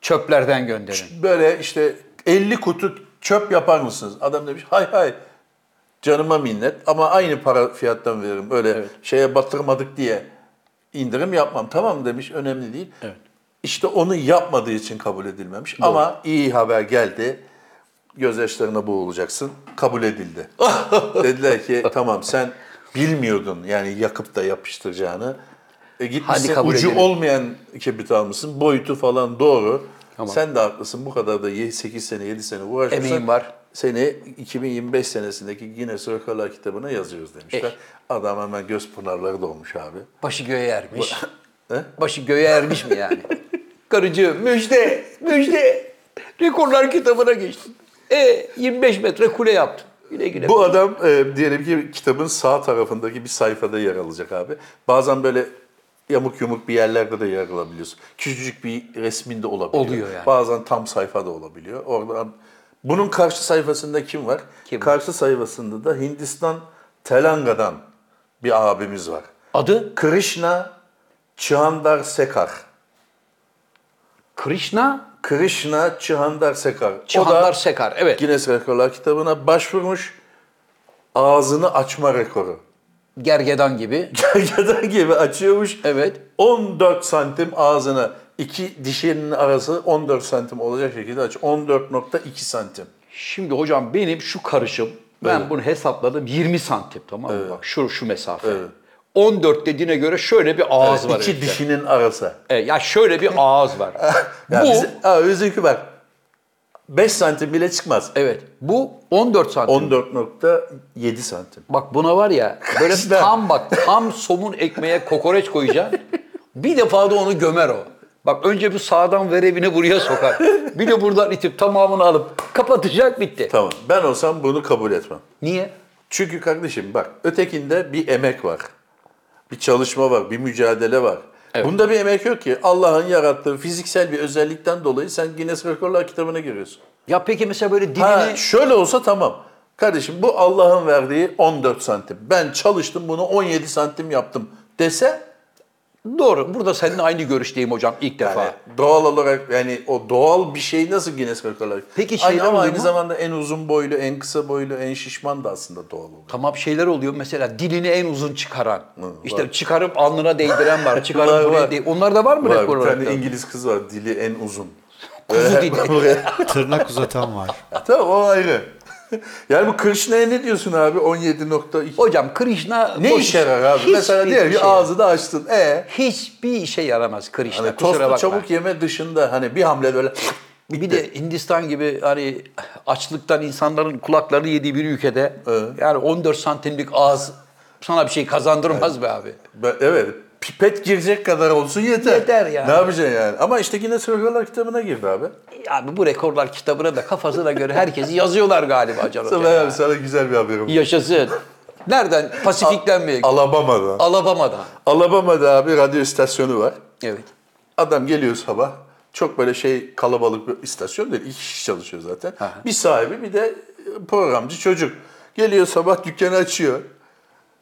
Speaker 3: Çöplerden gönderin.
Speaker 2: böyle işte 50 kutu çöp yapar mısınız? Adam demiş hay hay canıma minnet ama aynı para fiyattan veririm. Öyle şeye batırmadık diye indirim yapmam. Tamam demiş önemli değil.
Speaker 3: Evet.
Speaker 2: İşte onu yapmadığı için kabul edilmemiş. Ama iyi haber geldi. Gözyaşlarına boğulacaksın. Kabul edildi. Dediler ki tamam sen bilmiyordun yani yakıp da yapıştıracağını. E gitmişsin
Speaker 3: Hadi kabul
Speaker 2: ucu
Speaker 3: edelim.
Speaker 2: olmayan kibrit almışsın. Boyutu falan doğru.
Speaker 3: Tamam.
Speaker 2: Sen de haklısın. Bu kadar da 8 sene 7 sene uğraşmışsın.
Speaker 3: Emeğin var.
Speaker 2: Seni 2025 senesindeki Guinness Rekorlar kitabına yazıyoruz demişler.
Speaker 3: Eh.
Speaker 2: Adam hemen göz pınarları dolmuş abi. Eh?
Speaker 3: Başı göğe ermiş.
Speaker 2: He?
Speaker 3: Başı göğe ermiş mi yani? Karıcığım müjde, müjde. Rekorlar kitabına geçtim. E 25 metre kule yaptım. Güle güle.
Speaker 2: Bu adam e, diyelim ki kitabın sağ tarafındaki bir sayfada yer alacak abi. Bazen böyle yamuk yumuk bir yerlerde de yer alabiliyorsun. Küçücük bir resminde olabiliyor.
Speaker 3: Oluyor yani.
Speaker 2: Bazen tam sayfada olabiliyor. Oradan bunun karşı sayfasında kim var?
Speaker 3: Kim?
Speaker 2: Karşı sayfasında da Hindistan Telanga'dan bir abimiz var.
Speaker 3: Adı
Speaker 2: Krishna Çıhandar Sekar.
Speaker 3: Krishna
Speaker 2: Krishna Çıhandar Sekar. o
Speaker 3: Çihandar
Speaker 2: da
Speaker 3: Sekar. Evet.
Speaker 2: Guinness Rekorlar kitabına başvurmuş. Ağzını açma rekoru.
Speaker 3: Gergedan gibi.
Speaker 2: Gergedan gibi açıyormuş.
Speaker 3: Evet.
Speaker 2: 14 santim ağzını iki dişinin arası 14 santim olacak şekilde aç. 14.2 santim.
Speaker 3: Şimdi hocam benim şu karışım ben bunu hesapladım 20 santim tamam mı? Bak şu şu mesafe. 14 dediğine göre şöyle bir ağız var.
Speaker 2: İki
Speaker 3: herifte.
Speaker 2: dişinin arası.
Speaker 3: E, ya şöyle bir ağız var.
Speaker 2: Ya
Speaker 3: bu
Speaker 2: bizi, abi bizimki bak 5 santim bile çıkmaz.
Speaker 3: evet. Bu 14 santim.
Speaker 2: 14.7 santim.
Speaker 3: Bak buna var ya böyle
Speaker 2: İşte.
Speaker 3: tam bak tam somun ekmeğe kokoreç koyacaksın. Bir defa da onu gömer o. Bak önce bir sağdan verevini buraya sokar. Bir de buradan itip tamamını alıp kapatacak bitti.
Speaker 2: Tamam. Ben olsam bunu kabul etmem.
Speaker 3: Niye?
Speaker 2: Çünkü kardeşim bak ötekinde bir emek var. Bir çalışma var, bir mücadele var. Bunda bir emek yok ki. Allah'ın yarattığı fiziksel bir özellikten dolayı sen Guinness Rekorlar kitabına giriyorsun.
Speaker 3: Ya peki mesela böyle dilini...
Speaker 2: Ha, şöyle olsa tamam. Kardeşim bu Allah'ın verdiği 14 santim. Ben çalıştım bunu 17 santim yaptım dese
Speaker 3: Doğru. Burada seninle aynı görüşteyim hocam ilk defa.
Speaker 2: yani doğal olarak yani o doğal bir şey nasıl Guinness Rekorlar?
Speaker 3: Peki şey
Speaker 2: Aynı-
Speaker 3: şeyler
Speaker 2: ama
Speaker 3: oluyor
Speaker 2: aynı
Speaker 3: mu?
Speaker 2: zamanda en uzun boylu, en kısa boylu, en şişman da aslında doğal oluyor.
Speaker 3: Tamam şeyler oluyor mesela dilini en uzun çıkaran. işte çıkarıp alnına değdiren var.
Speaker 2: Var,
Speaker 3: Çıkarıp buraya
Speaker 2: var.
Speaker 3: değ- Onlar da var mı
Speaker 2: Var,
Speaker 3: rekor
Speaker 2: bir
Speaker 3: olarak?
Speaker 2: tane
Speaker 3: da?
Speaker 2: İngiliz kız var dili en uzun.
Speaker 3: Kuzu dili.
Speaker 2: Buraya-
Speaker 4: Tırnak uzatan var.
Speaker 2: tamam o ayrı. yani bu Krishna'ya ne diyorsun abi 17.2?
Speaker 3: Hocam Krishna
Speaker 2: Ne
Speaker 3: boş
Speaker 2: işe yarar abi?
Speaker 3: Hiçbir şey.
Speaker 2: Mesela şey diyelim ki
Speaker 3: işe yarar.
Speaker 2: ağzı da açtın. E
Speaker 3: Hiçbir işe yaramaz Krishna.
Speaker 2: hani
Speaker 3: kusura
Speaker 2: tostu
Speaker 3: bakma.
Speaker 2: çabuk yeme dışında hani bir hamle böyle
Speaker 3: Bir de Hindistan gibi hani açlıktan insanların kulaklarını yediği bir ülkede yani 14 santimlik ağız sana bir şey kazandırmaz be abi.
Speaker 2: Ben- evet pipet girecek kadar olsun yeter.
Speaker 3: Yeter yani.
Speaker 2: Ne yapacaksın yani? Ama işte yine Rekorlar kitabına girdi abi.
Speaker 3: Abi bu rekorlar kitabına da kafasına göre herkesi yazıyorlar galiba Can Hoca.
Speaker 2: Sana, abi, sana güzel bir haberim var.
Speaker 3: Yaşasın. Nereden? Pasifik'ten mi?
Speaker 2: Alabama'da.
Speaker 3: Alabama'dan.
Speaker 2: Alabama'da abi radyo istasyonu var.
Speaker 3: Evet.
Speaker 2: Adam geliyor sabah. Çok böyle şey kalabalık bir istasyon değil. İki kişi çalışıyor zaten. Bir sahibi bir de programcı çocuk. Geliyor sabah dükkanı açıyor.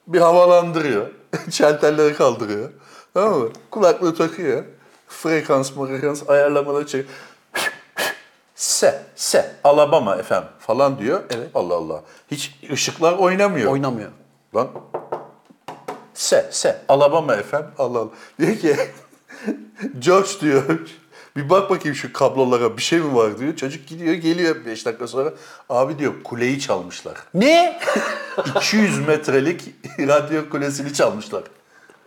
Speaker 2: Bir havalandırıyor. Çelterleri kaldırıyor. Tamam mı? Kulaklığı takıyor. Frekans, frekans ayarlamaları çekiyor. se, se, Alabama efendim falan diyor. Evet. Allah Allah. Hiç ışıklar oynamıyor.
Speaker 3: Oynamıyor.
Speaker 2: Lan se se Alabama efem Allah Allah. Diyor ki George diyor bir bak bakayım şu kablolara bir şey mi var diyor. Çocuk gidiyor geliyor 5 dakika sonra. Abi diyor kuleyi çalmışlar.
Speaker 3: Ne?
Speaker 2: 200 metrelik radyo kulesini çalmışlar.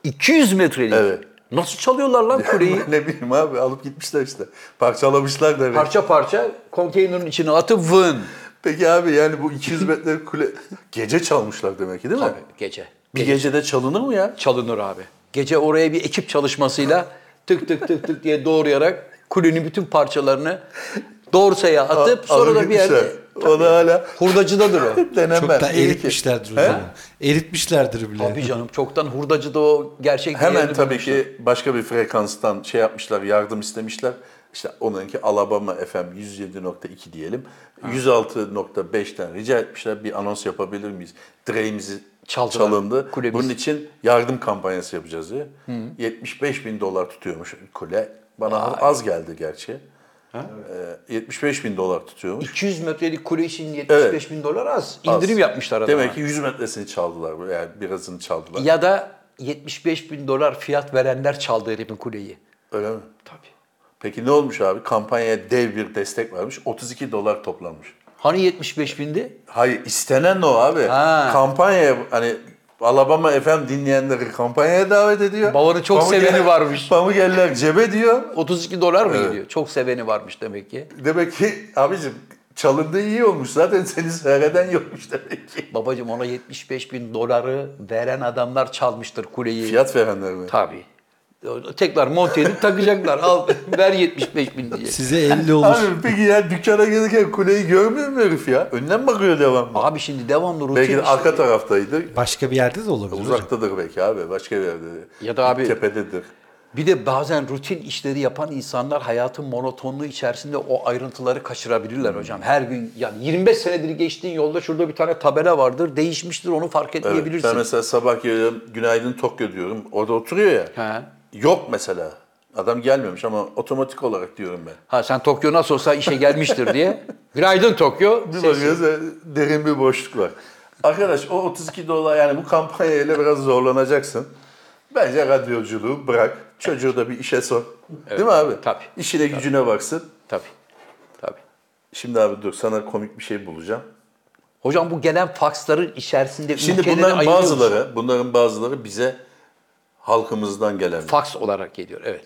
Speaker 3: 200 metrelik.
Speaker 2: Evet.
Speaker 3: Nasıl çalıyorlar lan kuleyi?
Speaker 2: ne bileyim abi alıp gitmişler işte. Parçalamışlar demek.
Speaker 3: parça parça konteynerin içine atıp vın.
Speaker 2: Peki abi yani bu 200 metrelik kule gece çalmışlar demek ki değil mi?
Speaker 3: Tabii gece.
Speaker 2: Bir gecede çalınır mı ya?
Speaker 3: Çalınır abi. Gece oraya bir ekip çalışmasıyla tık tık tık tık diye doğrayarak kulenin bütün parçalarını dorsaya atıp sonra da bir yerde
Speaker 2: O da hala
Speaker 3: hurdacıdadır o.
Speaker 2: denemem.
Speaker 4: Çok da
Speaker 2: İyi şey. ki.
Speaker 4: eritmişlerdir o
Speaker 2: He?
Speaker 4: zaman. Eritmişlerdir bile.
Speaker 3: Tabii canım çoktan hurdacıda o gerçek
Speaker 2: Hemen
Speaker 3: değerini
Speaker 2: tabii
Speaker 3: bulmuşlar.
Speaker 2: ki başka bir frekanstan şey yapmışlar, yardım istemişler. İşte onunki Alabama FM 107.2 diyelim. 106.5'ten rica etmişler bir anons yapabilir miyiz? Direğimizi
Speaker 3: Çaldılar,
Speaker 2: çalındı.
Speaker 3: kulemiz.
Speaker 2: Bunun için yardım kampanyası yapacağız diye. 75 bin dolar tutuyormuş kule. Bana az geldi gerçi. Ee, 75 bin dolar tutuyormuş.
Speaker 3: 200 metrelik kule için 75 bin dolar az. İndirim
Speaker 2: Az.
Speaker 3: yapmışlar adama.
Speaker 2: Demek ki 100 metresini çaldılar. Yani birazını çaldılar.
Speaker 3: Ya da 75 bin dolar fiyat verenler çaldı herifin kuleyi.
Speaker 2: Öyle mi?
Speaker 3: Tabii.
Speaker 2: Peki ne olmuş abi? Kampanyaya dev bir destek vermiş. 32 dolar toplanmış.
Speaker 3: Hani 75 bindi?
Speaker 2: Hayır istenen o abi.
Speaker 3: Ha.
Speaker 2: Kampanyaya hani Alabama FM dinleyenleri kampanyaya davet ediyor.
Speaker 3: Babanı çok seveni varmış.
Speaker 2: Pamukeller cebe diyor.
Speaker 3: 32 dolar mı
Speaker 2: Evet.
Speaker 3: gidiyor? Çok seveni varmış demek ki.
Speaker 2: Demek ki abicim çalındığı iyi olmuş. Zaten seni seyreden yokmuş demek ki.
Speaker 3: Babacım ona 75 bin doları veren adamlar çalmıştır kuleyi.
Speaker 2: Fiyat verenler mi?
Speaker 3: Tabii. Tekrar monte edip takacaklar. Al ver 75 bin diye.
Speaker 4: Size 50 olur.
Speaker 2: Abi peki ya dükkana gelirken kuleyi görmüyor mu herif ya? Önden bakıyor devamlı.
Speaker 3: Abi şey- şimdi devamlı rutin
Speaker 2: Belki de
Speaker 3: işte.
Speaker 2: arka taraftaydı.
Speaker 4: Başka bir yerde de olabilir. hocam.
Speaker 2: Uzaktadır belki abi. Başka bir yerde.
Speaker 3: Ya da abi-
Speaker 2: Tepededir.
Speaker 3: Bir de bazen rutin işleri yapan insanlar hayatın monotonluğu içerisinde o ayrıntıları
Speaker 2: Hmm.
Speaker 3: kaçırabilirler hocam. Her gün yani 25 senedir geçtiğin yolda şurada bir tane tabela vardır. Değişmiştir onu fark
Speaker 2: Evet,
Speaker 3: etmeyebilirsin.
Speaker 2: ben mesela sabah geliyorum, günaydın Tokyo diyorum. Orada oturuyor ya.
Speaker 3: He.
Speaker 2: Yok mesela. Adam gelmemiş ama otomatik olarak diyorum ben.
Speaker 3: Ha sen Tokyo nasıl olsa işe gelmiştir diye. Günaydın Tokyo.
Speaker 2: Bir
Speaker 3: Sesi.
Speaker 2: bakıyoruz e, derin bir boşluk var. Arkadaş o 32 dolar yani bu kampanyayla biraz zorlanacaksın. Bence radyoculuğu bırak. Çocuğu da bir işe sok. Değil mi abi?
Speaker 3: tabii,
Speaker 2: İşine gücüne baksın.
Speaker 3: Tabii. Tabii.
Speaker 2: Şimdi abi dur sana komik bir şey bulacağım.
Speaker 3: Hocam bu gelen faksların içerisinde
Speaker 2: Şimdi
Speaker 3: ülkeleri
Speaker 2: bunların
Speaker 3: ayırıyoruz.
Speaker 2: bazıları, bunların bazıları bize halkımızdan gelen.
Speaker 3: Fax olarak geliyor. Evet.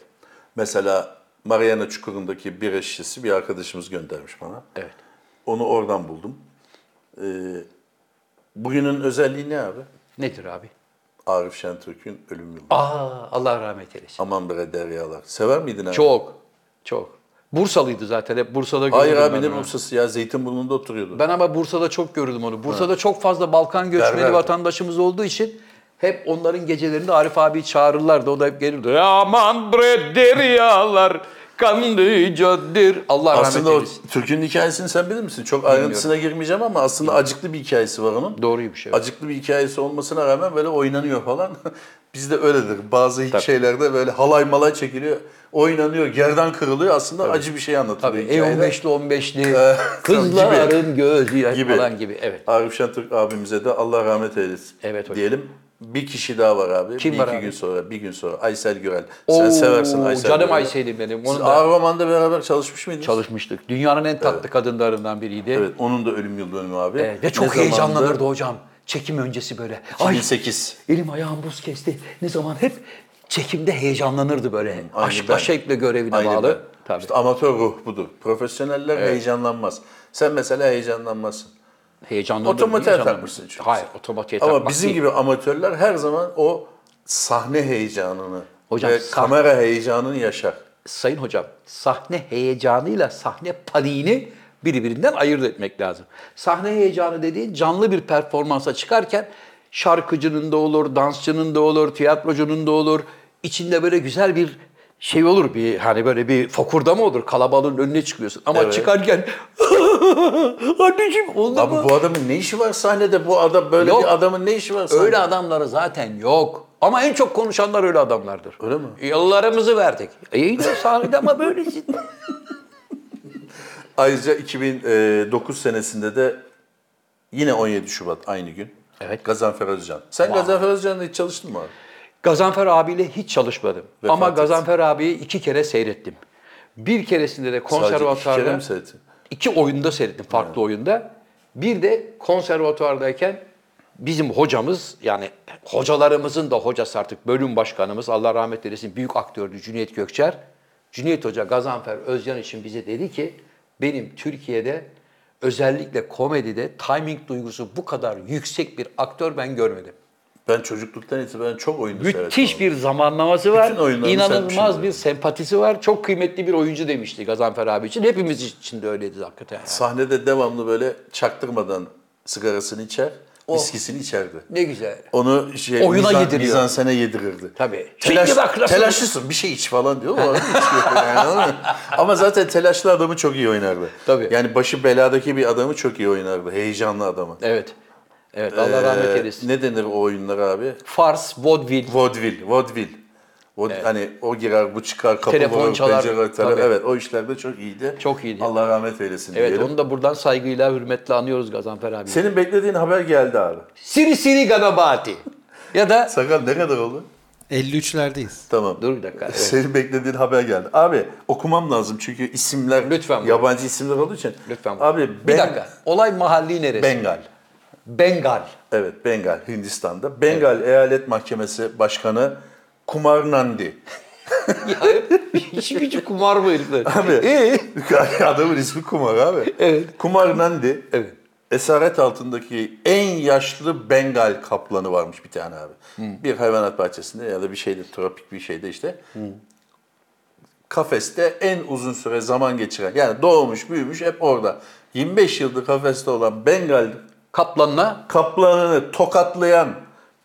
Speaker 2: Mesela Mariana Çukuru'ndaki bir şişesi bir arkadaşımız göndermiş bana.
Speaker 3: Evet.
Speaker 2: Onu oradan buldum. Ee, bugünün özelliği ne abi?
Speaker 3: Nedir abi?
Speaker 2: Arif Şentürk'ün ölüm yılı.
Speaker 3: Aa Allah rahmet eylesin.
Speaker 2: Aman bre deryalar. Sever miydin abi?
Speaker 3: Çok. Çok. Bursalıydı zaten. Hep Bursa'da gördüm.
Speaker 2: Hayır abi
Speaker 3: ben
Speaker 2: ne
Speaker 3: onu.
Speaker 2: Bursa'sı ya Zeytinburnu'nda oturuyordu.
Speaker 3: Ben ama Bursa'da çok gördüm onu. Bursa'da çok fazla Balkan göçmeni
Speaker 2: Berberdi.
Speaker 3: vatandaşımız olduğu için hep onların gecelerinde Arif abi çağırırlardı. O da hep gelirdi. Aman bre deryalar kandıcadır. Allah
Speaker 2: Aslında o
Speaker 3: rahmet eylesin.
Speaker 2: Türk'ün hikayesini sen bilir misin? Çok ayrıntısına girmeyeceğim ama aslında acıklı bir hikayesi var onun.
Speaker 3: Doğruymuş evet.
Speaker 2: Acıklı bir hikayesi olmasına rağmen böyle oynanıyor falan. Bizde öyledir. Bazı şeylerde böyle halay malay çekiliyor. Oynanıyor, gerdan kırılıyor. Aslında acı bir şey anlatılıyor
Speaker 3: Tabii. E
Speaker 2: hikayede.
Speaker 3: 15'li 15'li kızların gözü
Speaker 2: Gibi.
Speaker 3: falan gibi. Evet.
Speaker 2: Arif Şentürk abimize de Allah rahmet eylesin
Speaker 3: Evet hocam.
Speaker 2: diyelim. Bir kişi daha var abi.
Speaker 3: Kim
Speaker 2: bir
Speaker 3: var
Speaker 2: iki
Speaker 3: abi?
Speaker 2: gün sonra, bir gün sonra. Aysel Gürel. Sen
Speaker 3: Oo,
Speaker 2: seversin Aysel
Speaker 3: Canım
Speaker 2: Gürel'i.
Speaker 3: Aysel'im benim.
Speaker 2: Siz
Speaker 3: Onun da
Speaker 2: Arvaman'da beraber çalışmış mıydınız?
Speaker 3: çalışmıştık. Dünyanın en tatlı kadınlarından biriydi.
Speaker 2: Evet, onun da ölüm yıl dönümü abi.
Speaker 3: Ee, ve çok
Speaker 2: Ne zamandı?
Speaker 3: heyecanlanırdı hocam. Çekim öncesi böyle. Ay
Speaker 2: 2008.
Speaker 3: elim ayağım buz kesti. Ne zaman hep çekimde heyecanlanırdı böyle.
Speaker 2: Aynı ben.
Speaker 3: Aşkla şevkle görevine
Speaker 2: Aynı
Speaker 3: bağlı.
Speaker 2: ben.
Speaker 3: Tabii.
Speaker 2: İşte amatör ruh budur. Profesyoneller heyecanlanmaz. Sen mesela heyecanlanmazsın.
Speaker 3: heyecanlanırdı.
Speaker 2: Otomatiğe
Speaker 3: heyecanlanırdı.
Speaker 2: takmışsın çünkü.
Speaker 3: Hayır otomatiğe
Speaker 2: Ama
Speaker 3: takmak
Speaker 2: bizim
Speaker 3: değil.
Speaker 2: gibi amatörler her zaman o sahne heyecanını
Speaker 3: Hocam,
Speaker 2: ve
Speaker 3: sah-
Speaker 2: kamera heyecanını yaşar.
Speaker 3: Sayın hocam sahne heyecanıyla sahne paniğini birbirinden ayırt etmek lazım. Sahne heyecanı dediğin canlı bir performansa çıkarken şarkıcının da olur, dansçının da olur, tiyatrocunun da olur. İçinde böyle güzel bir şey olur bir hani böyle bir mı olur kalabalığın önüne çıkıyorsun ama
Speaker 2: Evet.
Speaker 3: çıkarken anneciğim oldu mu?
Speaker 2: Abi bu adamın ne işi var sahnede? Bu adam böyle
Speaker 3: Yok.
Speaker 2: bir adamın ne işi var sahnede?
Speaker 3: Öyle adamları zaten yok. Ama en çok konuşanlar öyle adamlardır.
Speaker 2: Öyle mi?
Speaker 3: Yıllarımızı verdik. E, iyi de sahnede ama böylesin.
Speaker 2: Ayrıca 2009 senesinde de yine 17 Şubat aynı gün.
Speaker 3: Evet.
Speaker 2: Gazanfer Özcan. Sen Gazanfer Özcan'la hiç çalıştın mı abi?
Speaker 3: Gazanfer abiyle hiç çalışmadım.
Speaker 2: Vefat
Speaker 3: Ama
Speaker 2: etti.
Speaker 3: Gazanfer abiyi iki kere seyrettim. Bir keresinde de
Speaker 2: Sadece iki kere
Speaker 3: konservatuvarda
Speaker 2: mi seyrettin?
Speaker 3: iki oyunda seyrettim farklı oyunda. Bir de konservatuvardayken bizim hocamız yani hocalarımızın da hocası artık bölüm başkanımız Allah rahmet eylesin büyük aktördü Cüneyt Gökçer. Cüneyt Hoca Gazanfer Özcan için bize dedi ki benim Türkiye'de özellikle komedide timing duygusu bu kadar yüksek bir aktör ben görmedim.
Speaker 2: Ben çocukluktan itibaren çok oyuncu seyrettim.
Speaker 3: Müthiş bir zamanlaması var.
Speaker 2: Bütün oyunlarını sen
Speaker 3: İnanılmaz
Speaker 2: düşündün.
Speaker 3: bir sempatisi var. Çok kıymetli bir oyuncu demişti Gazanfer abi için. Hepimiz için de öyleydi hakikaten. yani.
Speaker 2: Sahnede devamlı böyle çaktırmadan sigarasını içer, viskisini içerdi.
Speaker 3: Ne güzel.
Speaker 2: Onu şey,
Speaker 3: Oyuna
Speaker 2: mizan,
Speaker 3: yediriyor.
Speaker 2: mizansene yedirirdi.
Speaker 3: Tabii. Şey
Speaker 2: Telaş,
Speaker 3: Şimdi bak nasıl-
Speaker 2: telaşlısın bir şey iç falan diyor. O arada içiyor yani, anladın mı? Ama zaten telaşlı adamı çok iyi oynardı.
Speaker 3: Tabii.
Speaker 2: Yani başı beladaki bir adamı çok iyi oynardı. Heyecanlı adamı.
Speaker 3: Evet. Evet Allah rahmet
Speaker 2: Ee,
Speaker 3: eylesin.
Speaker 2: Ne denir o oyunlara abi?
Speaker 3: Fars, vaudeville,
Speaker 2: Vaudeville, vaudeville. Vod- Hani o girer, bu çıkar, kapı
Speaker 3: Telefon
Speaker 2: vurur,
Speaker 3: çalar,
Speaker 2: pencere öter.
Speaker 3: tabii.
Speaker 2: Evet, o işlerde çok iyiydi.
Speaker 3: Çok iyiydi.
Speaker 2: Allah rahmet eylesin
Speaker 3: Evet
Speaker 2: diyelim.
Speaker 3: onu da buradan saygıyla, hürmetle anıyoruz Gazanfer abi.
Speaker 2: Senin beklediğin haber geldi abi.
Speaker 3: Siri Siri Ganabati. Ya da
Speaker 2: Sakal ne kadar oldu?
Speaker 4: 53'lerdeyiz.
Speaker 2: Tamam.
Speaker 3: Dur bir dakika, evet.
Speaker 2: Senin beklediğin haber geldi. Abi okumam lazım çünkü isimler
Speaker 3: Lütfen buyurun.
Speaker 2: yabancı isimler olduğu için.
Speaker 3: lütfen.
Speaker 2: Abi
Speaker 3: bir
Speaker 2: Ben-
Speaker 3: dakika. Olay mahalli neresi?
Speaker 2: Bengal.
Speaker 3: Bengal.
Speaker 2: Evet Bengal Hindistan'da. Bengal Eyalet Mahkemesi Başkanı Kumar Nandi.
Speaker 3: Ya hiç gücü kumar bu herifler.
Speaker 2: Abi
Speaker 3: Ee?
Speaker 2: adamın ismi Kumar abi.
Speaker 3: Evet.
Speaker 2: Kumar Nandi.
Speaker 3: Evet.
Speaker 2: Esaret altındaki en yaşlı Bengal kaplanı varmış bir tane abi. Bir hayvanat bahçesinde ya da bir şeyde tropik bir şeyde işte. Kafeste en uzun süre zaman geçiren yani doğmuş büyümüş hep orada. 25 yıldır kafeste olan Bengal
Speaker 3: Kaplanla
Speaker 2: kaplanını tokatlayan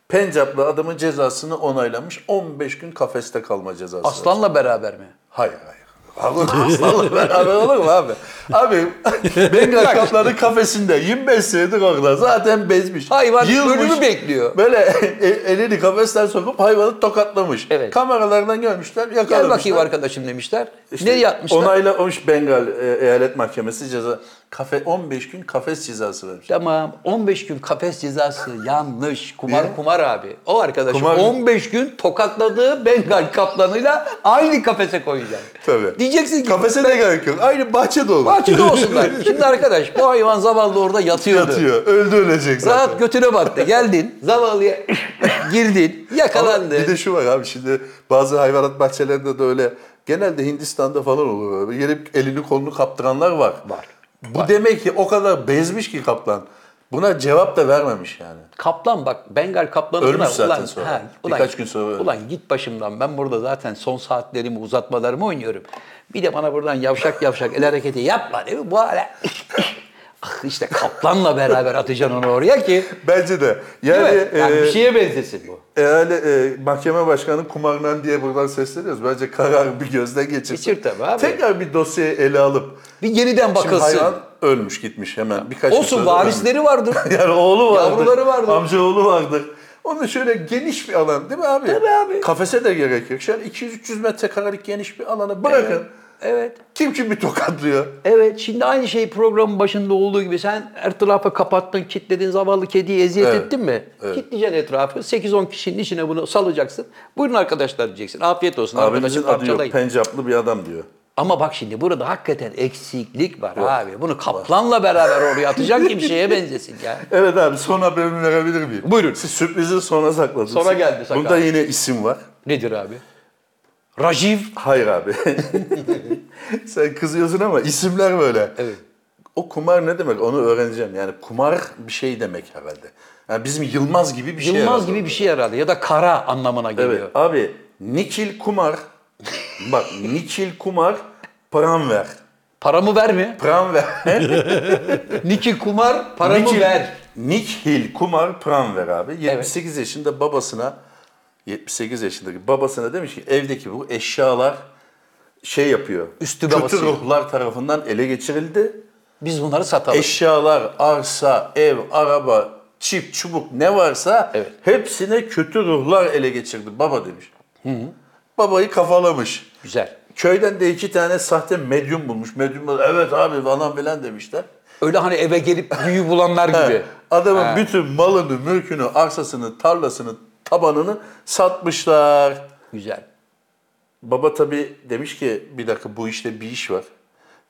Speaker 2: Pencaplı adamın cezasını onaylamış. 15 gün kafeste kalma cezası. var.
Speaker 3: aslanla beraber mi?
Speaker 2: Hayır hayır. Abi aslanla beraber olur mu abi? Abi Bengal kaplanın kafesinde 25 senedir orada zaten bezmiş.
Speaker 3: Hayvan ölümü bekliyor.
Speaker 2: Böyle e- elini kafesten sokup hayvanı tokatlamış.
Speaker 3: Evet.
Speaker 2: Kameralardan görmüşler yakalamışlar.
Speaker 3: Gel bakayım arkadaşım demişler.
Speaker 2: İşte
Speaker 3: ne yapmışlar?
Speaker 2: Onaylamış Bengal e, Eyalet Mahkemesi ceza. Kafe, 15 gün kafes cezası vermiş.
Speaker 3: Tamam 15 gün kafes cezası yanlış. Kumar
Speaker 2: Niye?
Speaker 3: kumar abi. O arkadaşım
Speaker 2: Kumar-
Speaker 3: 15 gün tokatladığı Bengal kaplanıyla aynı kafese koyacak.
Speaker 2: Tabii.
Speaker 3: Diyeceksin ki
Speaker 2: Kafese de gerek yok. Aynı bahçede olur.
Speaker 3: bahçede olsunlar. Şimdi arkadaş bu hayvan zavallı orada yatıyordu.
Speaker 2: Yatıyor. Öldü ölecek zaten.
Speaker 3: Rahat götüne battı. Geldin zavallıya Girdin,
Speaker 2: Ama Bir
Speaker 3: yakalandın.
Speaker 2: de şu var abi şimdi bazı hayvanat bahçelerinde de öyle genelde Hindistan'da falan oluyor. Böyle Gelip elini kolunu kaptıranlar var.
Speaker 3: Var.
Speaker 2: Bu demek ki o kadar bezmiş ki kaplan. Buna cevap da vermemiş yani.
Speaker 3: Kaplan bak Bengal kaplanı
Speaker 2: Ölmüş
Speaker 3: ulan-
Speaker 2: zaten
Speaker 3: ulan,
Speaker 2: sonra. Birkaç gün sonra ölmüş.
Speaker 3: Ulan git başımdan ben burada zaten son saatlerimi uzatmalarımı oynuyorum. Bir de bana buradan yavşak yavşak el hareketi yapma değil mi? Bu hala ah işte kaplanla beraber atacaksın onu oraya ki.
Speaker 2: Bence de.
Speaker 3: Değil
Speaker 2: Yani,
Speaker 3: mi? Yani bir
Speaker 2: e,
Speaker 3: şey- şeye benzesin bu.
Speaker 2: eğer e, mahkeme başkanı kumarmen diye buradan sesleniyoruz. Bence karar bir gözden geçirsin.
Speaker 3: Geçir tabii abi.
Speaker 2: Tekrar bir dosyayı ele alıp.
Speaker 3: Bir yeniden
Speaker 2: Şimdi
Speaker 3: bakılsın.
Speaker 2: hayvan ölmüş gitmiş hemen. Birkaç gün
Speaker 3: Olsun
Speaker 2: sonra ölmüş.
Speaker 3: varisleri vardır.
Speaker 2: Yani oğlu vardır.
Speaker 3: Yavruları vardır.
Speaker 2: Amcaoğlu vardır. Onun şöyle geniş bir alan değil mi abi?
Speaker 3: Tabii abi.
Speaker 2: Kafese de gerek yok. Şöyle 200-300 metrekarelik geniş bir alanı bırakın.
Speaker 3: evet.
Speaker 2: Kim kim bir tokatlıyor.
Speaker 3: Evet şimdi aynı şey programın başında olduğu gibi sen her tarafı kapattın, kilitledin, zavallı kediyi eziyet
Speaker 2: Evet,
Speaker 3: ettin mi? Kilitleyeceksin etrafı, 8-10 kişinin içine bunu salacaksın. Buyurun arkadaşlar diyeceksin, afiyet olsun
Speaker 2: Abimizin
Speaker 3: arkadaşım
Speaker 2: adı yok.
Speaker 3: parçalayın.
Speaker 2: Pencaplı bir adam diyor.
Speaker 3: Ama bak şimdi burada hakikaten eksiklik var abi. Bunu kaplanla beraber oraya atacak ki bir şeye benzesin ya.
Speaker 2: Evet abi son haberimi verebilir miyim?
Speaker 3: Buyurun.
Speaker 2: Siz sürprizi sona sakladınız.
Speaker 3: Sona geldi sakal.
Speaker 2: Bunda yine isim var.
Speaker 3: Nedir abi? Rajiv.
Speaker 2: Hayır abi. Sen kızıyorsun ama isimler böyle.
Speaker 3: Evet.
Speaker 2: O kumar ne demek onu öğreneceğim. Yani kumar bir şey demek herhalde. Yani bizim Yılmaz gibi bir şey.
Speaker 3: Yılmaz
Speaker 2: herhalde
Speaker 3: gibi bir şey herhalde ya da kara anlamına geliyor.
Speaker 2: Evet abi Nikil Kumar bak Nikil Kumar param ver.
Speaker 3: Paramı ver mi?
Speaker 2: Pram ver.
Speaker 3: Niki kumar paramı
Speaker 2: Nikil,
Speaker 3: ver.
Speaker 2: Nikhil Kumar pram ver abi. 78 yaşında babasına 78 yaşındaki babasına demiş ki evdeki bu eşyalar şey yapıyor.
Speaker 3: Üstü
Speaker 2: kötü
Speaker 3: babası.
Speaker 2: ruhlar tarafından ele geçirildi.
Speaker 3: Biz bunları satalım.
Speaker 2: Eşyalar, arsa, ev, araba, çip, çubuk ne varsa
Speaker 3: Evet.
Speaker 2: hepsine kötü ruhlar ele geçirdi baba demiş. Babayı kafalamış.
Speaker 3: Güzel.
Speaker 2: Köyden de iki tane sahte medyum bulmuş. Medyum evet abi falan filan demişler.
Speaker 3: Öyle hani eve gelip büyü bulanlar gibi.
Speaker 2: Adamın
Speaker 3: Ha.
Speaker 2: bütün malını, mülkünü, arsasını, tarlasını, tabanını satmışlar.
Speaker 3: Güzel.
Speaker 2: Baba tabii demiş ki bir dakika bu işte bir iş var.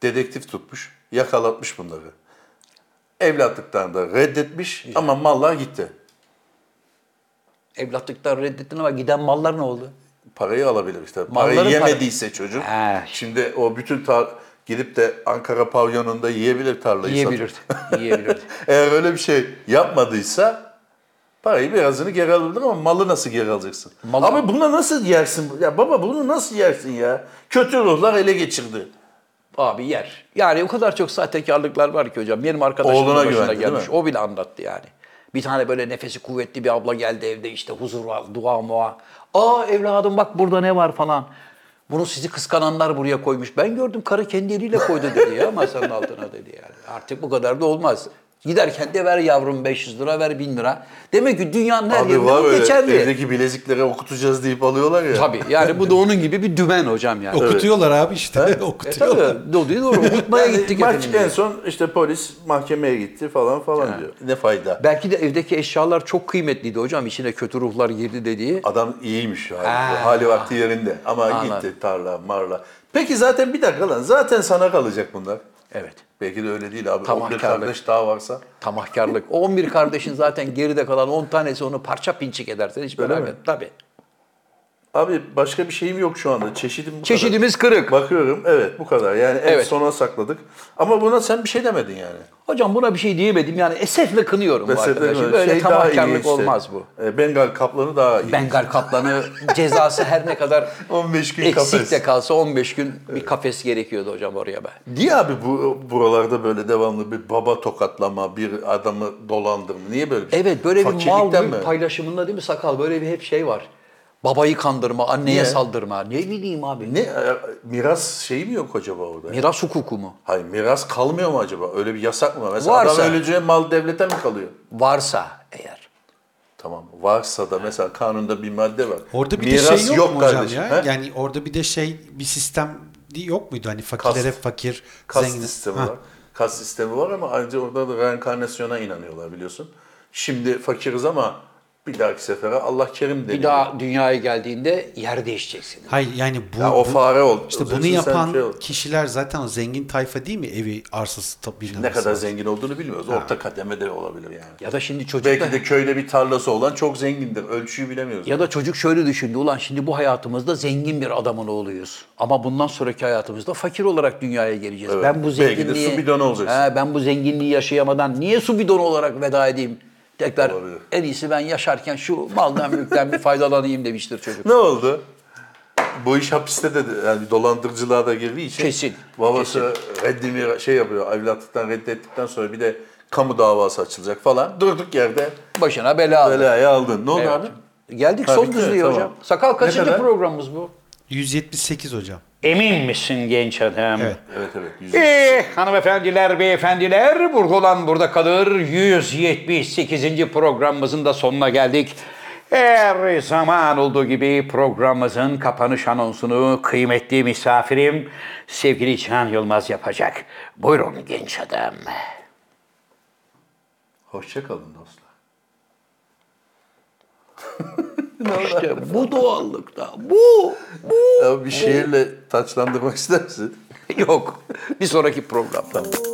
Speaker 2: Dedektif tutmuş, yakalatmış bunları. Evlatlıktan da reddetmiş ama mallar gitti.
Speaker 3: Evlatlıklar reddettin ama giden mallar ne oldu?
Speaker 2: Parayı alabilir işte.
Speaker 3: Malların
Speaker 2: Parayı
Speaker 3: para-
Speaker 2: yemediyse çocuk.
Speaker 3: Ha.
Speaker 2: Şimdi o bütün tar gidip de Ankara pavyonunda yiyebilir tarlayı satıp.
Speaker 3: Yiyebilirdi. Yiyebilirdi.
Speaker 2: Eğer öyle bir şey yapmadıysa parayı birazını geri alabilir ama malı nasıl geri alacaksın?
Speaker 3: Malı-
Speaker 2: Abi bunu nasıl yersin? Ya baba bunu nasıl yersin ya? Kötü ruhlar ele geçirdi.
Speaker 3: Abi yer. Yani o kadar çok sahtekarlıklar var ki hocam. Benim arkadaşımın
Speaker 2: Oğluna
Speaker 3: başına
Speaker 2: güvendi, değil
Speaker 3: gelmiş.
Speaker 2: mi?
Speaker 3: O bile anlattı yani. Bir tane böyle nefesi kuvvetli bir abla geldi evde işte huzur var, dua mua. Aa evladım bak burada ne var falan. Bunu sizi kıskananlar buraya koymuş. Ben gördüm karı kendi eliyle koydu dedi ya masanın altına dedi yani. Artık bu kadar da olmaz. Giderken de ver yavrum 500 lira, ver 1000 lira. Demek ki dünyanın her
Speaker 2: Abi
Speaker 3: yerinde
Speaker 2: var
Speaker 3: bu
Speaker 2: öyle
Speaker 3: geçerli.
Speaker 2: evdeki bileziklere okutacağız deyip alıyorlar ya.
Speaker 3: Tabii yani bu da onun gibi bir dümen hocam yani.
Speaker 4: Okutuyorlar abi işte.
Speaker 3: E
Speaker 4: Okutuyorlar.
Speaker 3: tabii doğru doğru. Unutmaya
Speaker 2: Yani
Speaker 3: gittik
Speaker 2: maç
Speaker 3: efendim.
Speaker 2: en son işte polis mahkemeye gitti falan falan diyor. Ne fayda?
Speaker 3: Belki de evdeki eşyalar çok kıymetliydi hocam. İçine kötü ruhlar girdi dediği.
Speaker 2: Adam iyiymiş hali,
Speaker 3: Ha.
Speaker 2: hali vakti yerinde ama
Speaker 3: Anladım.
Speaker 2: gitti tarla marla. Peki zaten bir dakika lan zaten sana kalacak bunlar.
Speaker 3: Evet.
Speaker 2: Belki de öyle değil
Speaker 3: Tamam,
Speaker 2: abi. Tamam,
Speaker 3: kardeş.
Speaker 2: kardeş daha varsa.
Speaker 3: Tamahkarlık. O 11 kardeşin zaten geride kalan 10 tanesi onu parça pinçik edersen hiç merak
Speaker 2: mi?
Speaker 3: etme. Tabii.
Speaker 2: Abi başka bir şeyim yok şu anda. Çeşidim bu kadar.
Speaker 3: Çeşidimiz kırık.
Speaker 2: Bakıyorum evet bu kadar. Yani en
Speaker 3: Evet.
Speaker 2: sona sakladık. Ama buna sen bir şey demedin yani.
Speaker 3: Hocam buna bir şey diyemedim. Yani esefle kınıyorum bu
Speaker 2: Mesela
Speaker 3: arkadaşı.
Speaker 2: değil mi?
Speaker 3: Böyle
Speaker 2: Şey daha iyi
Speaker 3: tamahkarlık
Speaker 2: işte.
Speaker 3: olmaz bu.
Speaker 2: E, Bengal kaplanı daha iyi.
Speaker 3: Bengal kaplanı cezası her ne kadar
Speaker 2: 15 gün
Speaker 3: eksik
Speaker 2: kafes.
Speaker 3: de kalsa 15 gün bir kafes gerekiyordu hocam oraya be.
Speaker 2: Niye abi bu buralarda böyle devamlı bir baba tokatlama, bir adamı dolandırma? Niye böyle bir şey?
Speaker 3: Evet böyle bir mal
Speaker 2: Fakirlikten
Speaker 3: mülk
Speaker 2: mi?
Speaker 3: paylaşımında değil mi sakal? Böyle bir hep şey var. Babayı kandırma, anneye
Speaker 2: Niye?
Speaker 3: saldırma. Ne bileyim abi.
Speaker 2: Ne e, miras şeyi mi yok acaba orada?
Speaker 3: Miras hukuku mu?
Speaker 2: Hayır miras kalmıyor mu acaba? Öyle bir yasak mı? var? Mesela
Speaker 3: Varsa.
Speaker 2: adam öleceği mal devlete mi kalıyor?
Speaker 3: Varsa eğer.
Speaker 2: Tamam. Varsa da mesela kanunda bir madde var.
Speaker 4: Orada bir
Speaker 2: miras
Speaker 4: de şey yok, mu hocam ya?
Speaker 2: he?
Speaker 4: Yani orada bir de şey bir sistem yok muydu hani fakirlere
Speaker 2: Kast.
Speaker 4: fakir,
Speaker 2: Kas
Speaker 4: zengine-
Speaker 2: sistemi
Speaker 4: Ha.
Speaker 2: var. Kas sistemi var ama ayrıca orada da reenkarnasyona inanıyorlar biliyorsun. Şimdi fakiriz ama Bir dahaki sefere Allah kerim dedi.
Speaker 3: Bir daha dünyaya geldiğinde yer değişeceksin.
Speaker 4: Hayır yani bu
Speaker 2: Ya o
Speaker 4: bu-
Speaker 2: fare oldu.
Speaker 4: İşte bunu
Speaker 2: şey
Speaker 4: yapan kişiler zaten o zengin tayfa değil mi? Evi, arsası, tabii binası.
Speaker 2: ne kadar zengin olduğunu bilmiyoruz. Orta kademede olabilir yani.
Speaker 3: Ya da şimdi çocuk da,
Speaker 2: Belki de köyde bir tarlası olan çok zengindir. Ölçüyü bilemiyoruz.
Speaker 3: ya da çocuk şöyle düşündü. Ulan şimdi bu hayatımızda zengin bir adamın oğluyuz. Ama bundan sonraki hayatımızda fakir olarak dünyaya geleceğiz.
Speaker 2: Evet.
Speaker 3: Ben bu
Speaker 2: Belki de
Speaker 3: zenginliği
Speaker 2: su bidonu olacaksın.
Speaker 3: He, ben bu zenginliği yaşayamadan niye su bidonu olarak veda edeyim? Tekrar
Speaker 2: Olabilir.
Speaker 3: en iyisi ben yaşarken şu maldan mülkten bir faydalanayım demiştir çocuk.
Speaker 2: Ne oldu? Bu iş hapiste de yani dolandırıcılığa da girdiği için
Speaker 3: Kesin,
Speaker 2: babası reddimi şey yapıyor. Evlatlıktan reddettikten sonra bir de kamu davası açılacak falan. Durduk yerde
Speaker 3: Başına bela aldı.
Speaker 2: belayı aldın. Ne oldu
Speaker 3: Evet.
Speaker 2: abi?
Speaker 3: Geldik
Speaker 2: Ha,
Speaker 3: son
Speaker 2: bitti,
Speaker 3: düzlüğe
Speaker 2: tamam.
Speaker 3: hocam. Sakal
Speaker 2: Ne
Speaker 3: kaçıncı
Speaker 2: kadar?
Speaker 3: programımız bu?
Speaker 4: 178 hocam.
Speaker 5: Emin misin genç adam?
Speaker 4: Evet.
Speaker 2: Evet evet. yüz-
Speaker 5: Eh, hanımefendiler, beyefendiler, burada olan burada kalır. 178. programımızın da sonuna geldik. Her zaman olduğu gibi programımızın kapanış anonsunu kıymetli misafirim sevgili Can Yılmaz yapacak. Buyurun genç adam.
Speaker 2: Hoşça kalın dostlar.
Speaker 3: İşte bu doğallıkta. Bu.
Speaker 2: Ya bir şiirle taçlandırmak ister misin?
Speaker 3: Yok. Bir sonraki programda.
Speaker 2: Tamam.